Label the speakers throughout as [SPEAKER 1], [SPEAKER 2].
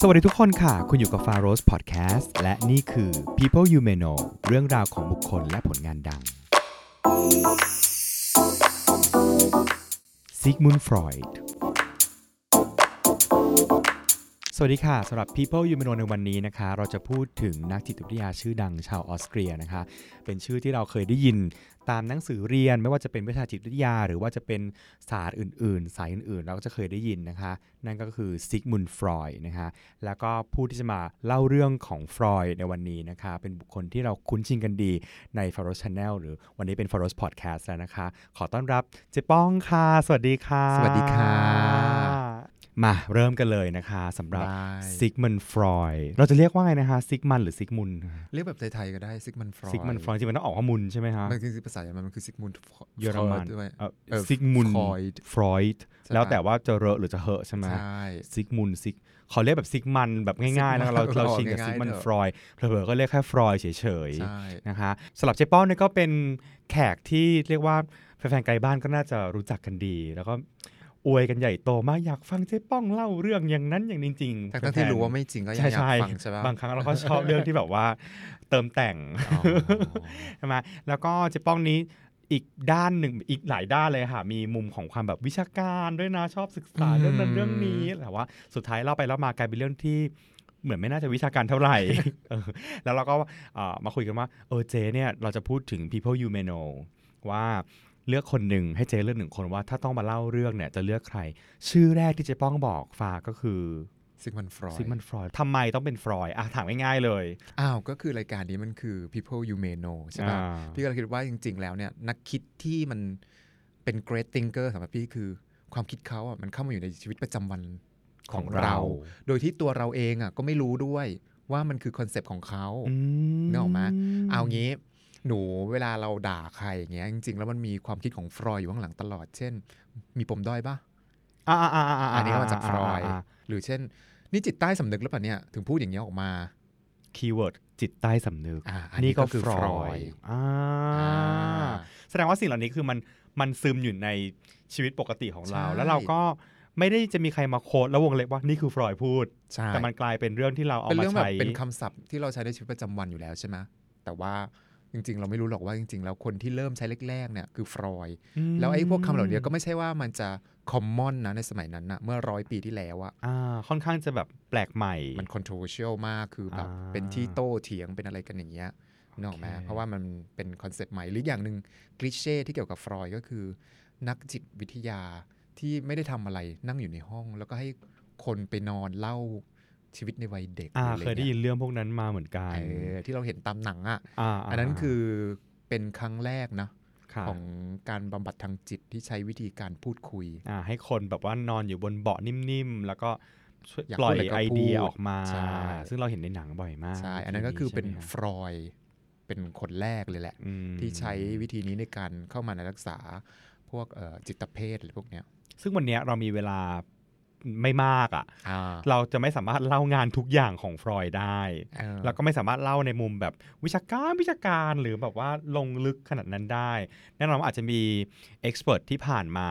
[SPEAKER 1] สวัสดีทุกคนค่ะ คุณอยู่กับ f a r o s Podcast และนี่คือ People You May Know เรื่องราวของบุคคลและผลงานดัง ซิกมุนฟรอย d สวัสดีค่ะสำหรับ People You May Know ในวันนี้นะคะ เราจะพูดถึงนักจิตวิทยาชื่อดังชาวออสเตรียนะคะ เป็นชื่อที่เราเคยได้ยินตามหนังสือเรียนไม่ว่าจะเป็นวิชาจิตวิทยา หรือว่าจะเป็นศาสตร์อื่น ๆ สายอื่น ๆ เราก็จะเคยได้ยินนะคะ นั่นก็คือซิกมุนฟรอยนะคะ แล้วก็ผู้ที่จะมาเล่าเรื่องของฟรอยในวันนี้นะคะ เป็นบุคคลที่เราคุ้นชินกันดีใน f a r o s Channel หรือวันนี้เป็น f a r o s Podcast แล้วนะคะ ขอต้อนรับเจ๊ป้องค่ะ สวัสดีค่ะ
[SPEAKER 2] สวัสดีค่ะ
[SPEAKER 1] มาเริ่มกันเลยนะคะสำหรับ
[SPEAKER 2] ได้
[SPEAKER 1] ซิกมันฟรอยเราจะเรียกว่าไงนะคะซิกมันหรือซิกมุน
[SPEAKER 2] เรียกแบบไทยๆก็ได้ซิกมันฟรอย
[SPEAKER 1] ซิกมันฟรอยจริงๆมันต้องออกว่ามุนใช่ไหมคะ
[SPEAKER 2] มันคือภาษาเยอรมันมันคือซิกมุน
[SPEAKER 1] เยอรมัน
[SPEAKER 2] ด้วย
[SPEAKER 1] เอ่อ
[SPEAKER 2] เออ
[SPEAKER 1] ซิกมุน
[SPEAKER 2] Freud
[SPEAKER 1] ฟรอย
[SPEAKER 2] ใช่ปะ
[SPEAKER 1] แล้วแต่ว่าจะเรอะหรือจะเหอะใช่ไหม
[SPEAKER 2] ใช่
[SPEAKER 1] ซิกมุนซิกขอเรียกแบบซิกมันแบบง่ายๆนะคะเราเราชินกับซิกมันฟรอยเผลอๆก็เรียกแค่ฟรอยเฉย
[SPEAKER 2] ใช่
[SPEAKER 1] ๆนะคะสำหรับเจ๊ป้องเนี่ยก็เป็นแขกที่เรียกว่าแฟนๆไกลบ้านก็น่าจะรู้จักกันดี แล้วก็อวยกันใหญ่โตมากอยากฟังเจ๊ป้องเล่าเรื่องอย่างนั้นอย่างนี้จริงๆ
[SPEAKER 2] ทั้งๆที่รู้ว่าไม่จริงก็ยัง
[SPEAKER 1] ใช่
[SPEAKER 2] อยาก
[SPEAKER 1] ใช่
[SPEAKER 2] ฟังใช่ปะ
[SPEAKER 1] บางครั้งเราก็ชอบเรื่องที่แบบว่า เติมแต่ง
[SPEAKER 2] อ๋อ
[SPEAKER 1] ใช่ไหม แล้วก็เจ๊ป้องนี้อีกด้านหนึ่งอีกหลายด้านเลยค่ะ มีมุมของความแบบวิชาการด้วยนะชอบศึกษา
[SPEAKER 2] อืม
[SPEAKER 1] เรื่องนั้นเรื่องนี้แต่ว่าสุดท้ายเล่าไปเล่ามากลายเป็นเรื่องที่เหมือนไม่น่าจะวิชาการเท่าไหร่ เออแล้วเราก็เอ่อมาคุยกันว่าเออเจเนี่ยเราจะพูดถึง people you may know ว่าเลือกคนหนึ่งให้เจเลือกหนึ่งคนว่าถ้าต้องมาเล่าเรื่องเนี่ยจะเลือกใคร ชื่อแรกที่เจ๊ป้องบอกฟ้าก็คือ
[SPEAKER 2] ซิกมันฟรอย
[SPEAKER 1] ซิกมันฟรอยทำไมต้องเป็นฟรอยอ่ะถามง่ายๆเลย
[SPEAKER 2] อ้าวก็คือรายการนี้มันคือ people you may know ใช่ปะ
[SPEAKER 1] อ่า
[SPEAKER 2] พี่ก็เลยคิดว่าจริง ๆ แล้วเนี่ยนักคิดที่มันเป็น great thinker สำหรับพี่คือความคิดเขาอ่ะมันเข้ามาอยู่ในชีวิตประจำวันของเรา โดยที่ตัวเราเองอ่ะก็ไม่รู้ด้วยว่ามันคือคอนเซปต์ของเขา
[SPEAKER 1] อืม
[SPEAKER 2] นึกออกม เอางี้หนูเวลาเราด่าใครอย่างเงี้ยจริงๆ แล้วมันมีความคิดของฟรอยอยู่ข้างหลังตลอด เช่น มีปมด้อยปะ
[SPEAKER 1] อ่าอ่าอ่าอ่า
[SPEAKER 2] อันนี้ก็มาจากฟรอย
[SPEAKER 1] าาา
[SPEAKER 2] หรือเช่น นี่จิตใต้สำนึกหรือเปล่าเนี่ยถึงพูดอย่างเงี้ยออกมา
[SPEAKER 1] คีย์เวิร์ดจิตใต้สำนึก
[SPEAKER 2] อ่าอั
[SPEAKER 1] นี่ก็
[SPEAKER 2] คือ
[SPEAKER 1] ฟรอยอ่าแสดงว่าสิ่งเหล่านี้คือมันมันซึมอยู่ในชีวิตปกติของเรา
[SPEAKER 2] ใช่
[SPEAKER 1] แล้วเราก็ไม่ได้จะมีใครมาโค้ดแล้ววงเล็บว่านี่คือฟรอยพูด
[SPEAKER 2] ใช่
[SPEAKER 1] แต่มันกลายเป็นเรื่องที่เราเอา
[SPEAKER 2] เป็น
[SPEAKER 1] มา
[SPEAKER 2] เรื่องแบบ
[SPEAKER 1] ใช้
[SPEAKER 2] เป็นคำศัพท์ที่เราใช้ในชีวิตประจำวันอยู่แล้วใช่ไหมแต่ว่าจริง ๆ เราไม่รู้หรอกว่าจริง ๆ แล้วคนที่เริ่มใช้แรกๆเนี่ยคือฟรอย
[SPEAKER 1] ม
[SPEAKER 2] แล้วไอ้พวกคำเหล่านี้ก็ไม่ใช่ว่ามันจะคอมมอนนะในสมัยนั้นนะเมื่อร้อยปีที่แล้วอะ
[SPEAKER 1] อ่าค่อนข้างจะแบบแปลกใหม่
[SPEAKER 2] มัน controversial มากคือแบบ
[SPEAKER 1] อ่า
[SPEAKER 2] เป็นที่โต้เถียงเป็นอะไรกันอย่างเงี้ยนึกออกไหม
[SPEAKER 1] โอเค
[SPEAKER 2] เพราะว่ามันเป็นคอนเซปต์ใหม่หรืออย่างหนึ่งกริเช่ที่เกี่ยวกับฟรอยด์ก็คือ นักจิตวิทยาที่ไม่ได้ทำอะไรนั่งอยู่ในห้อง แล้วก็ให้คนไปนอนเล่าชีวิตในวัยเด็ก
[SPEAKER 1] อ่า
[SPEAKER 2] หรืออะ
[SPEAKER 1] เค
[SPEAKER 2] ไร
[SPEAKER 1] ยได้
[SPEAKER 2] เงี้
[SPEAKER 1] ยิ
[SPEAKER 2] ย
[SPEAKER 1] นเรื่องพวกนั้นมาเหมือนกัน
[SPEAKER 2] เออที่เราเห็นตามหนังอ่ะ
[SPEAKER 1] าา
[SPEAKER 2] อันนั้นคือเป็นครั้งแรกนะ
[SPEAKER 1] ค่ะ
[SPEAKER 2] ของการบำบัดทางจิตที่ใช้วิธีการพูดคุย
[SPEAKER 1] อ่าให้คนแบบว่านอนอยู่บนเบาะนิ่มๆแล้วก็ช่วย
[SPEAKER 2] อยาก
[SPEAKER 1] ปล่อย
[SPEAKER 2] พูดอะไรก็
[SPEAKER 1] ไอเดีย
[SPEAKER 2] พูด
[SPEAKER 1] ออกมา
[SPEAKER 2] ใช่
[SPEAKER 1] ซึ่งเราเห็นในหนังบ่อยมาก
[SPEAKER 2] ใช่อันนั้นก็คือเป็น
[SPEAKER 1] ใช่ไหมะ
[SPEAKER 2] ฟรอยด์เป็นคนแรกเลยแหละ
[SPEAKER 1] อืม
[SPEAKER 2] ที่ใช้วิธีนี้ในการเข้ามาในรักษาพวกเอ่อจิตเภทอะไรพวกเนี้ย
[SPEAKER 1] ซึ่งวันเนี้ยเรามีเวลาไม่มากอะ่ะ
[SPEAKER 2] อ่า
[SPEAKER 1] เราจะไม่สามารถเล่างานทุกอย่างของฟรอยด์ได้
[SPEAKER 2] เออ
[SPEAKER 1] แล้วก็ไม่ส ามารถเล่าในมุมแบบวิชาการวิชาการหรือแบบว่าลงลึกขนาดนั้นได้แน่นอนว่าอาจจะมีเอ็กซ์เพรสที่ผ่านมา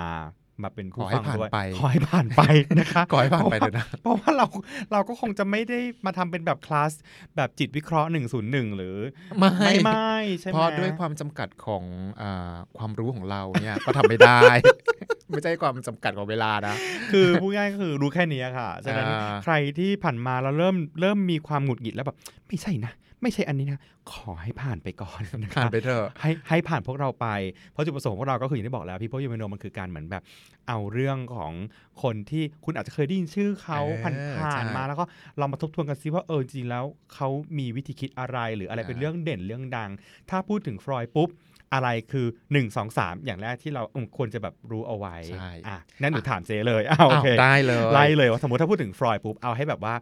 [SPEAKER 1] มาเป็น
[SPEAKER 2] ขอ
[SPEAKER 1] ผู้
[SPEAKER 2] ให้
[SPEAKER 1] ฟัง
[SPEAKER 2] ผ่าน
[SPEAKER 1] ด้วย
[SPEAKER 2] ไป
[SPEAKER 1] ขอให้ผ่านไปนะคะ
[SPEAKER 2] ขอให้ผ่านไปเลยนะ
[SPEAKER 1] เพราะว่า เราเราก็คงจะไม่ได้มาทำเป็นแบบคลาสแบบจิตวิเคราะห์ 101 หรือ
[SPEAKER 2] ไม่
[SPEAKER 1] ไม่ไม่ใช่ไหม
[SPEAKER 2] เพราะด้วยความจำกัดของอ่าความรู้ของเราเนี่ย ก็ทำไม่ ได้ ไม่ใช่ความจำกัดของเวลานะ
[SPEAKER 1] คือพูดง่ายก็คือรู้แค่นี้ค่ะ ฉะนั้น
[SPEAKER 2] อ่า
[SPEAKER 1] ใครที่ผ่านมาแล้วเริ่มเริ่มมีความหงุดหงิดแล้วแบบไม่ใช่นะ ไม่ใช่อันนี้นะ ขอให้ผ่านไปก่อนนะ
[SPEAKER 2] ผ่า
[SPEAKER 1] คะ
[SPEAKER 2] นไปเถอะ
[SPEAKER 1] ให้ให้ผ่านพวกเราไป เพราะจุดประสงค์พวกเราก็คืออย่างที่บอกแล้วพี่พ่อยูเมโนมันคือการเหมือนแบบ เอาเรื่องของคนที่คุณอาจจะเคยได้ยินชื่อเขาผ่านผ่านๆมาแล้วก็ลองมาทบทวนกันซิว่าเออจริงๆแล้วเขามีวิธีคิดอะไรหรืออะไรเป็นเรื่องเด่นเรื่องดัง ถ้าพูดถึงฟรอยด์ปุ๊บอะไรคือ 1 2 3 อย่างแรกที่เราอืมควรจะแบบรู้เอาไว้
[SPEAKER 2] ใช่
[SPEAKER 1] อ่ะงั้นหนูถามเจเลยอ้าวโอ
[SPEAKER 2] อ้าว
[SPEAKER 1] เค
[SPEAKER 2] ได้เลย
[SPEAKER 1] ไล่เลยว่าสมมติถ้าพูดถึงฟรอยด์ปุ๊บเอาให้แบบว่า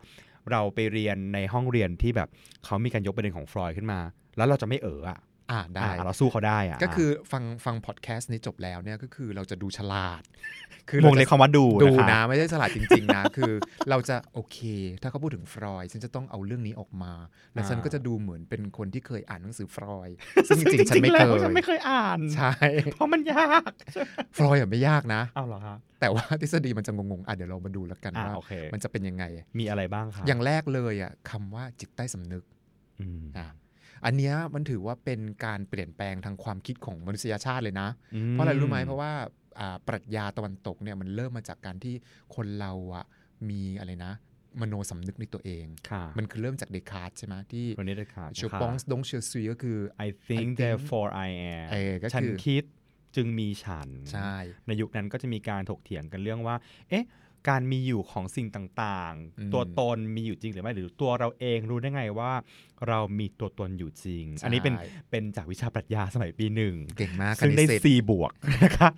[SPEAKER 1] เราไปเรียนในห้องเรียนที่แบบเขามีการยกประเด็นของฟรอยด์ขึ้นมา แล้วเราจะไม่เอออะ
[SPEAKER 2] อ่าได้
[SPEAKER 1] อ่าเราสู้เขาได้อ่ะ
[SPEAKER 2] ก็คือฟังฟังพอดแคสต์นี้จบแล้วเนี่ยก็คือเราจะดูฉลาด คื
[SPEAKER 1] ม
[SPEAKER 2] เรา
[SPEAKER 1] งใน
[SPEAKER 2] จะ
[SPEAKER 1] คำว่าดู
[SPEAKER 2] ดู
[SPEAKER 1] ค
[SPEAKER 2] นะไม่ได้ฉลาดจริง ๆ นะ คือเราจะโอเค ถ้าเขาพูดถึงฟรอยด์ฉันจะต้องเอาเรื่องนี้ออกมา แล้ว
[SPEAKER 1] อ่า
[SPEAKER 2] ฉันก็จะดูเหมือนเป็นคนที่เคยอ่านหนังสือฟรอยด์ซึ่งจริงๆฉันไม่เค
[SPEAKER 1] แล้ว
[SPEAKER 2] ย
[SPEAKER 1] ฉันไม่เคยอ่าน
[SPEAKER 2] ใช่
[SPEAKER 1] เพราะมันยาก
[SPEAKER 2] ฟรอยด์อะไม่ยากนะ
[SPEAKER 1] เอาเหรอฮะ
[SPEAKER 2] แต่ว่าทฤษฎีมันจะงงๆอ่ะเดี๋ยวเรามาดูแล้วกัน
[SPEAKER 1] อ่า
[SPEAKER 2] ว่า
[SPEAKER 1] โอเค
[SPEAKER 2] มันจะเป็นยังไง
[SPEAKER 1] มีอะไรบ้างคะ
[SPEAKER 2] อย่างแรกเลยอ่ะคำว่าจิตใต้สำนึก
[SPEAKER 1] อืม
[SPEAKER 2] อ่ะอันเนี้ยมันถือว่าเป็นการเปลี่ยนแปลงทางความคิดของมนุษยชาติเลยนะ เพราะอะไรรู้ไหมเพราะว่าอ่าปรัชญาตะวันตกเนี่ยมันเริ่มมาจากการที่คนเราอะมีอะไรนะ มโนสำนึกในตัวเอง
[SPEAKER 1] ค่ะ
[SPEAKER 2] มันคือเริ่มจากเดคาร์ตใช่ไหมที่
[SPEAKER 1] วันนี้เลยค่ะ
[SPEAKER 2] ชูปองดงเชียซุยก็คือ
[SPEAKER 1] I think
[SPEAKER 2] think-
[SPEAKER 1] therefore I
[SPEAKER 2] เอ
[SPEAKER 1] am
[SPEAKER 2] อก็
[SPEAKER 1] ฉัน
[SPEAKER 2] คือ
[SPEAKER 1] คิดจึงมีฉัน
[SPEAKER 2] ใช่
[SPEAKER 1] ในยุคนั้นก็จะมีการถกเถียงกันเรื่องว่า เอ๊ะ การมีอยู่ของสิ่งต่างๆ ตัวตนมีอยู่จริงหรือไม่ หรือตัวเราเองรู้ได้ไงว่า เรามีตัวตนอยู่จริง อันนี้เป็น
[SPEAKER 2] ใช่
[SPEAKER 1] เป็นจากวิชาปรัชญาสมัยปีหนึ่ง
[SPEAKER 2] เก่งมาก
[SPEAKER 1] ซึ่ง
[SPEAKER 2] คณิ
[SPEAKER 1] ได้
[SPEAKER 2] ตศาสตร์
[SPEAKER 1] C บวก นะคะ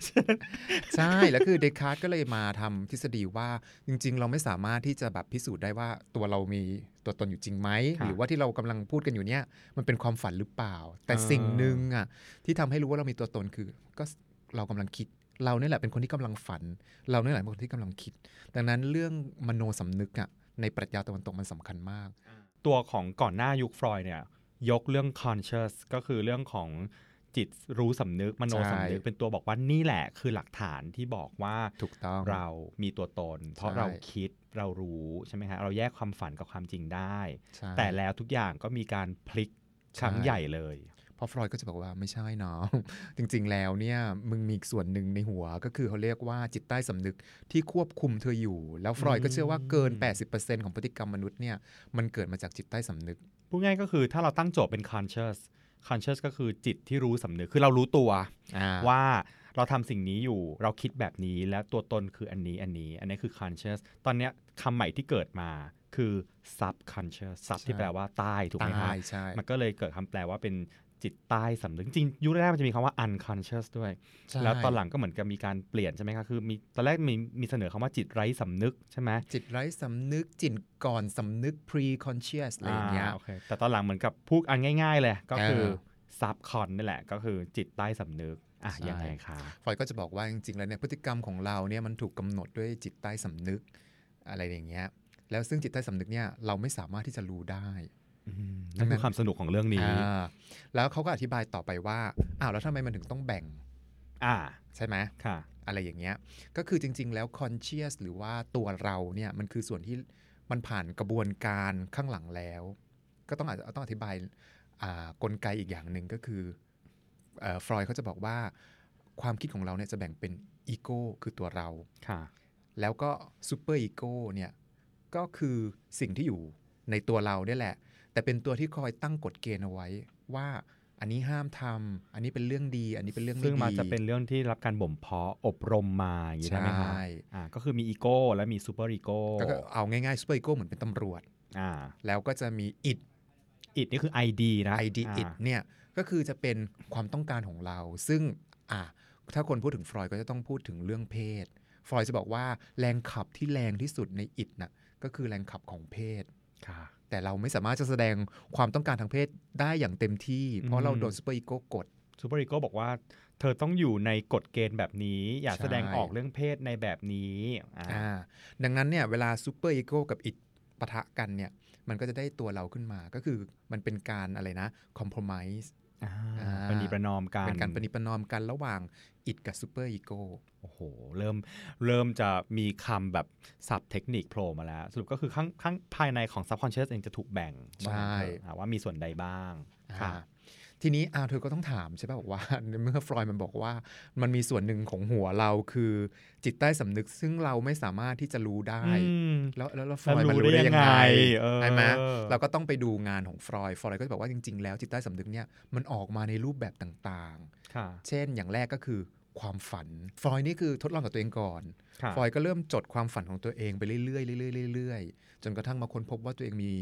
[SPEAKER 2] ใช่ แล้วคือเดคาร์ตก็เลยมาทำทฤษฎีว่าจริง ๆ เราไม่สามารถที่จะแบบพิสูจน์ได้ว่าตัวเรามีตัวตนอยู่จริงไหม
[SPEAKER 1] ะ
[SPEAKER 2] หรือว่าที่เรากำลังพูดกันอยู่เนี่ยมันเป็นความฝันหรือเปล่า แต่สิ่งหนึ่งอ่ะที่ทำให้รู้ว่าเรามีตัวตนคือ ก็เรากำลังคิด เราเนี่ยแหละเป็นคนที่กำลังฝัน เราเนี่ยแหละเป็นคนที่กำลังคิด ดังนั้นเรื่องมโนสำนึกอ่ะในปรัชญาตะวันตกมันสำคัญมาก
[SPEAKER 1] ตัวของก่อนหน้ายุคฟรอยด์เนี่ย ยกเรื่อง conscious ก็คือเรื่องของจิตรู้สำนึกมโนสำนึก
[SPEAKER 2] ใช่
[SPEAKER 1] เป็นตัวบอกว่านี่แหละคือหลักฐานที่บอกว่า
[SPEAKER 2] ถูกต้อง
[SPEAKER 1] เรามีตัวตน เพราะ
[SPEAKER 2] ใช่
[SPEAKER 1] เราคิดเรารู้ใช่ไหมฮะเราแยกความฝันกับความจริงได้
[SPEAKER 2] ใช่
[SPEAKER 1] แต่แล้วทุกอย่างก็มีการพลิกครั้ง
[SPEAKER 2] ใช่
[SPEAKER 1] ใหญ่เลย
[SPEAKER 2] เพราะฟรอยด์ก็จะบอกว่าไม่ใช่น้อง จริงๆ แล้วเนี่ยมึงมีอีกส่วนหนึ่งในหัวก็คือเขาเรียกว่าจิตใต้สำนึกที่ควบคุมเธออยู่ แล้วฟรอยด์ก็เชื่อว่าเกิน 80%ของพฤติกรรมมนุษย์เนี่ยมันเกิดมาจากจิตใต้สำนึก
[SPEAKER 1] พูดง่ายก็คือถ้าเราตั้งโจทย์เป็น conscious conscious ก็คือจิตที่รู้สำนึกคือเรารู้ตัว
[SPEAKER 2] ว่า
[SPEAKER 1] ว่าเราทำสิ่งนี้อยู่เราคิดแบบนี้แล้วตัวตนคืออันนี้อันนี้ อันนี้คือ conscious ตอนเนี้ยคำใหม่ที่เกิดมาคือ subconscious sub ที่แปลว่าใต้ถูกไหมครั
[SPEAKER 2] ตา
[SPEAKER 1] บ
[SPEAKER 2] ยใช่
[SPEAKER 1] มันก็เลยเกิดคำแปลว่าเป็นจิตใต้สำนึกจริงยุคแรกมันจะมีคำว่า unconscious ด้วย
[SPEAKER 2] ใช่
[SPEAKER 1] แล้วตอนหลังก็เหมือนกับมีการเปลี่ยนใช่ไหมคะคือมีตอนแรกมีมีเสนอคำว่าจิตไร้สำนึกใช่ไหม
[SPEAKER 2] จิตไร้สำนึกจิตก่อนสำนึก pre-conscious อะไรอย่างเงี้ย
[SPEAKER 1] าโอเคแต่ตอนหลังเหมือนกับพูดอันง่าย ๆ เลยก็คือ
[SPEAKER 2] เออ
[SPEAKER 1] subcon นี่แหละ ก็คือจิตใต้สำนึกอ่ะ
[SPEAKER 2] ใช่
[SPEAKER 1] ยังไงคะ
[SPEAKER 2] ฟรอยด์ก็จะบอกว่าจริงๆ แล้วเนี่ยพฤติกรรมของเราเนี่ยมันถูกกำหนดด้วยจิตใต้สำนึกอะไรอย่างเงี้ยแล้วซึ่งจิตใต้สำนึกเนี่ยเราไม่สามารถที่จะรู้ได้
[SPEAKER 1] อืมนั่นคือความสนุกของเรื่องนี้
[SPEAKER 2] อ่าแล้วเขาก็อธิบายต่อไปว่า อ้าวแล้วทำไมมันถึงต้องแบ่ง
[SPEAKER 1] อ่า
[SPEAKER 2] ใช่ไหม
[SPEAKER 1] ค่ะ
[SPEAKER 2] อะไรอย่างเงี้ย ก็คือจริง ๆ แล้ว conscious หรือว่าตัวเราเนี่ยมันคือส่วนที่มันผ่านกระบวนการข้างหลังแล้ว ก็ต้องอาจจะต้องอธิบายอ่ากลไกอีกอย่างหนึ่งก็คือฟรอยเขาจะบอกว่า ความคิดของเราเนี่ยจะแบ่งเป็นอีโก้คือตัวเรา
[SPEAKER 1] ค่ะ
[SPEAKER 2] แล้วก็ซูเปอร์อีโก้เนี่ยก็คือสิ่งที่อยู่ในตัวเราเนี่ยแหละ แต่เป็นตัวที่คอยตั้งกฎเกณฑ์เอาไว้ ว่าอันนี้ห้ามทำอันนี้เป็นเรื่องดี อันนี้เป็นเรื่องไม่
[SPEAKER 1] ซึ่ง
[SPEAKER 2] ดี
[SPEAKER 1] มันจะเป็นเรื่องที่รับการบ่มเพาะอบรมมาอย่างนี้ได้ไหมคะ
[SPEAKER 2] ใช่
[SPEAKER 1] อ่าก็คือมีอีโก้และมีซูเปอร์อีโก้
[SPEAKER 2] ก็ก็เอาง่ายๆซูเปอร์อีโก้เหมือนเป็นตำรวจ
[SPEAKER 1] อ่า
[SPEAKER 2] แล้วก็จะมีอิด
[SPEAKER 1] อิดนี่คือ ID นะ
[SPEAKER 2] ไอดีอิด
[SPEAKER 1] า
[SPEAKER 2] เนี่ยก็คือจะเป็นความต้องการของเรา ซึ่งอ่ะถ้าคนพูดถึงฟรอยด์ก็จะต้องพูดถึงเรื่องเพศ ฟรอยด์จะบอกว่าแรงขับที่แรงที่สุดในอิดน่ะก็คือแรงขับของเพศ
[SPEAKER 1] ค่ะ
[SPEAKER 2] แต่เราไม่สามารถจะแสดงความต้องการทางเพศได้อย่างเต็มที่ เพราะเราโดนซูเปอร์อีโก้กด
[SPEAKER 1] ซูเปอร์อีโก้บอกว่า เธอต้องอยู่ในกฎเกณฑ์แบบนี้ อย่า
[SPEAKER 2] ใช่
[SPEAKER 1] แสดงออกเรื่องเพศในแบบนี้อ่า
[SPEAKER 2] อ่าดังนั้นเนี่ยเวลาซูเปอร์อีโก้กับอิดปะทะกันเนี่ย มันก็จะได้ตัวเราขึ้นมาก็คือมันเป็นการอะไรนะคอม p r o m i s e
[SPEAKER 1] อ่า
[SPEAKER 2] อ่า
[SPEAKER 1] ประนีประนอมกัน
[SPEAKER 2] เป็นการประนิประนอมกันระหว่างอิดกับซูเปอร์อีโก้
[SPEAKER 1] โอ้โห เริ่มเริ่มจะมีคำแบบสับเทคนิคโผล่มาแล้ว สรุปก็คือข้างข้างภายในของ subconscious เองจะถูกแบ่งว่างั้นเถอะ
[SPEAKER 2] ใช่
[SPEAKER 1] อ่าว่ามีส่วนใดบ้าง
[SPEAKER 2] อ่าทีนี้อาวเธอก็ต้องถามใช่ป่ะบอกว่า ในเมื่อฟรอยด์มันบอกว่า มันมีส่วนหนึ่งของหัวเราคือจิตใต้สำนึกซึ่งเราไม่สามารถที่จะรู้ได้
[SPEAKER 1] อืม
[SPEAKER 2] แล้วแล้วแล้วฟ
[SPEAKER 1] แล้ว
[SPEAKER 2] รอยด์มัน
[SPEAKER 1] รู้
[SPEAKER 2] รู้
[SPEAKER 1] ได้
[SPEAKER 2] ได้ยังไง
[SPEAKER 1] ยังไงเออ
[SPEAKER 2] ใช่ไหมเราก็ต้องไปดูงานของฟรอยด์ฟรอยด์ก็จะบอกว่าจริง ๆ แล้วจิตใต้สำนึกเนี่ยมันออกมาในรูปแบบต่าง
[SPEAKER 1] ค่ะ
[SPEAKER 2] ๆ เช่นอย่างแรกก็คือความฝัน ฟรอยด์นี่คือทดลองกับตัวเองก่อน
[SPEAKER 1] ค่ะ
[SPEAKER 2] ฟรอยด์ก็เริ่มจดความฝันของตัวเองไปเรื่อยๆเรื่อยๆเรื่อยๆจนกระทั่งมาค้นพบว่าตัวเองมี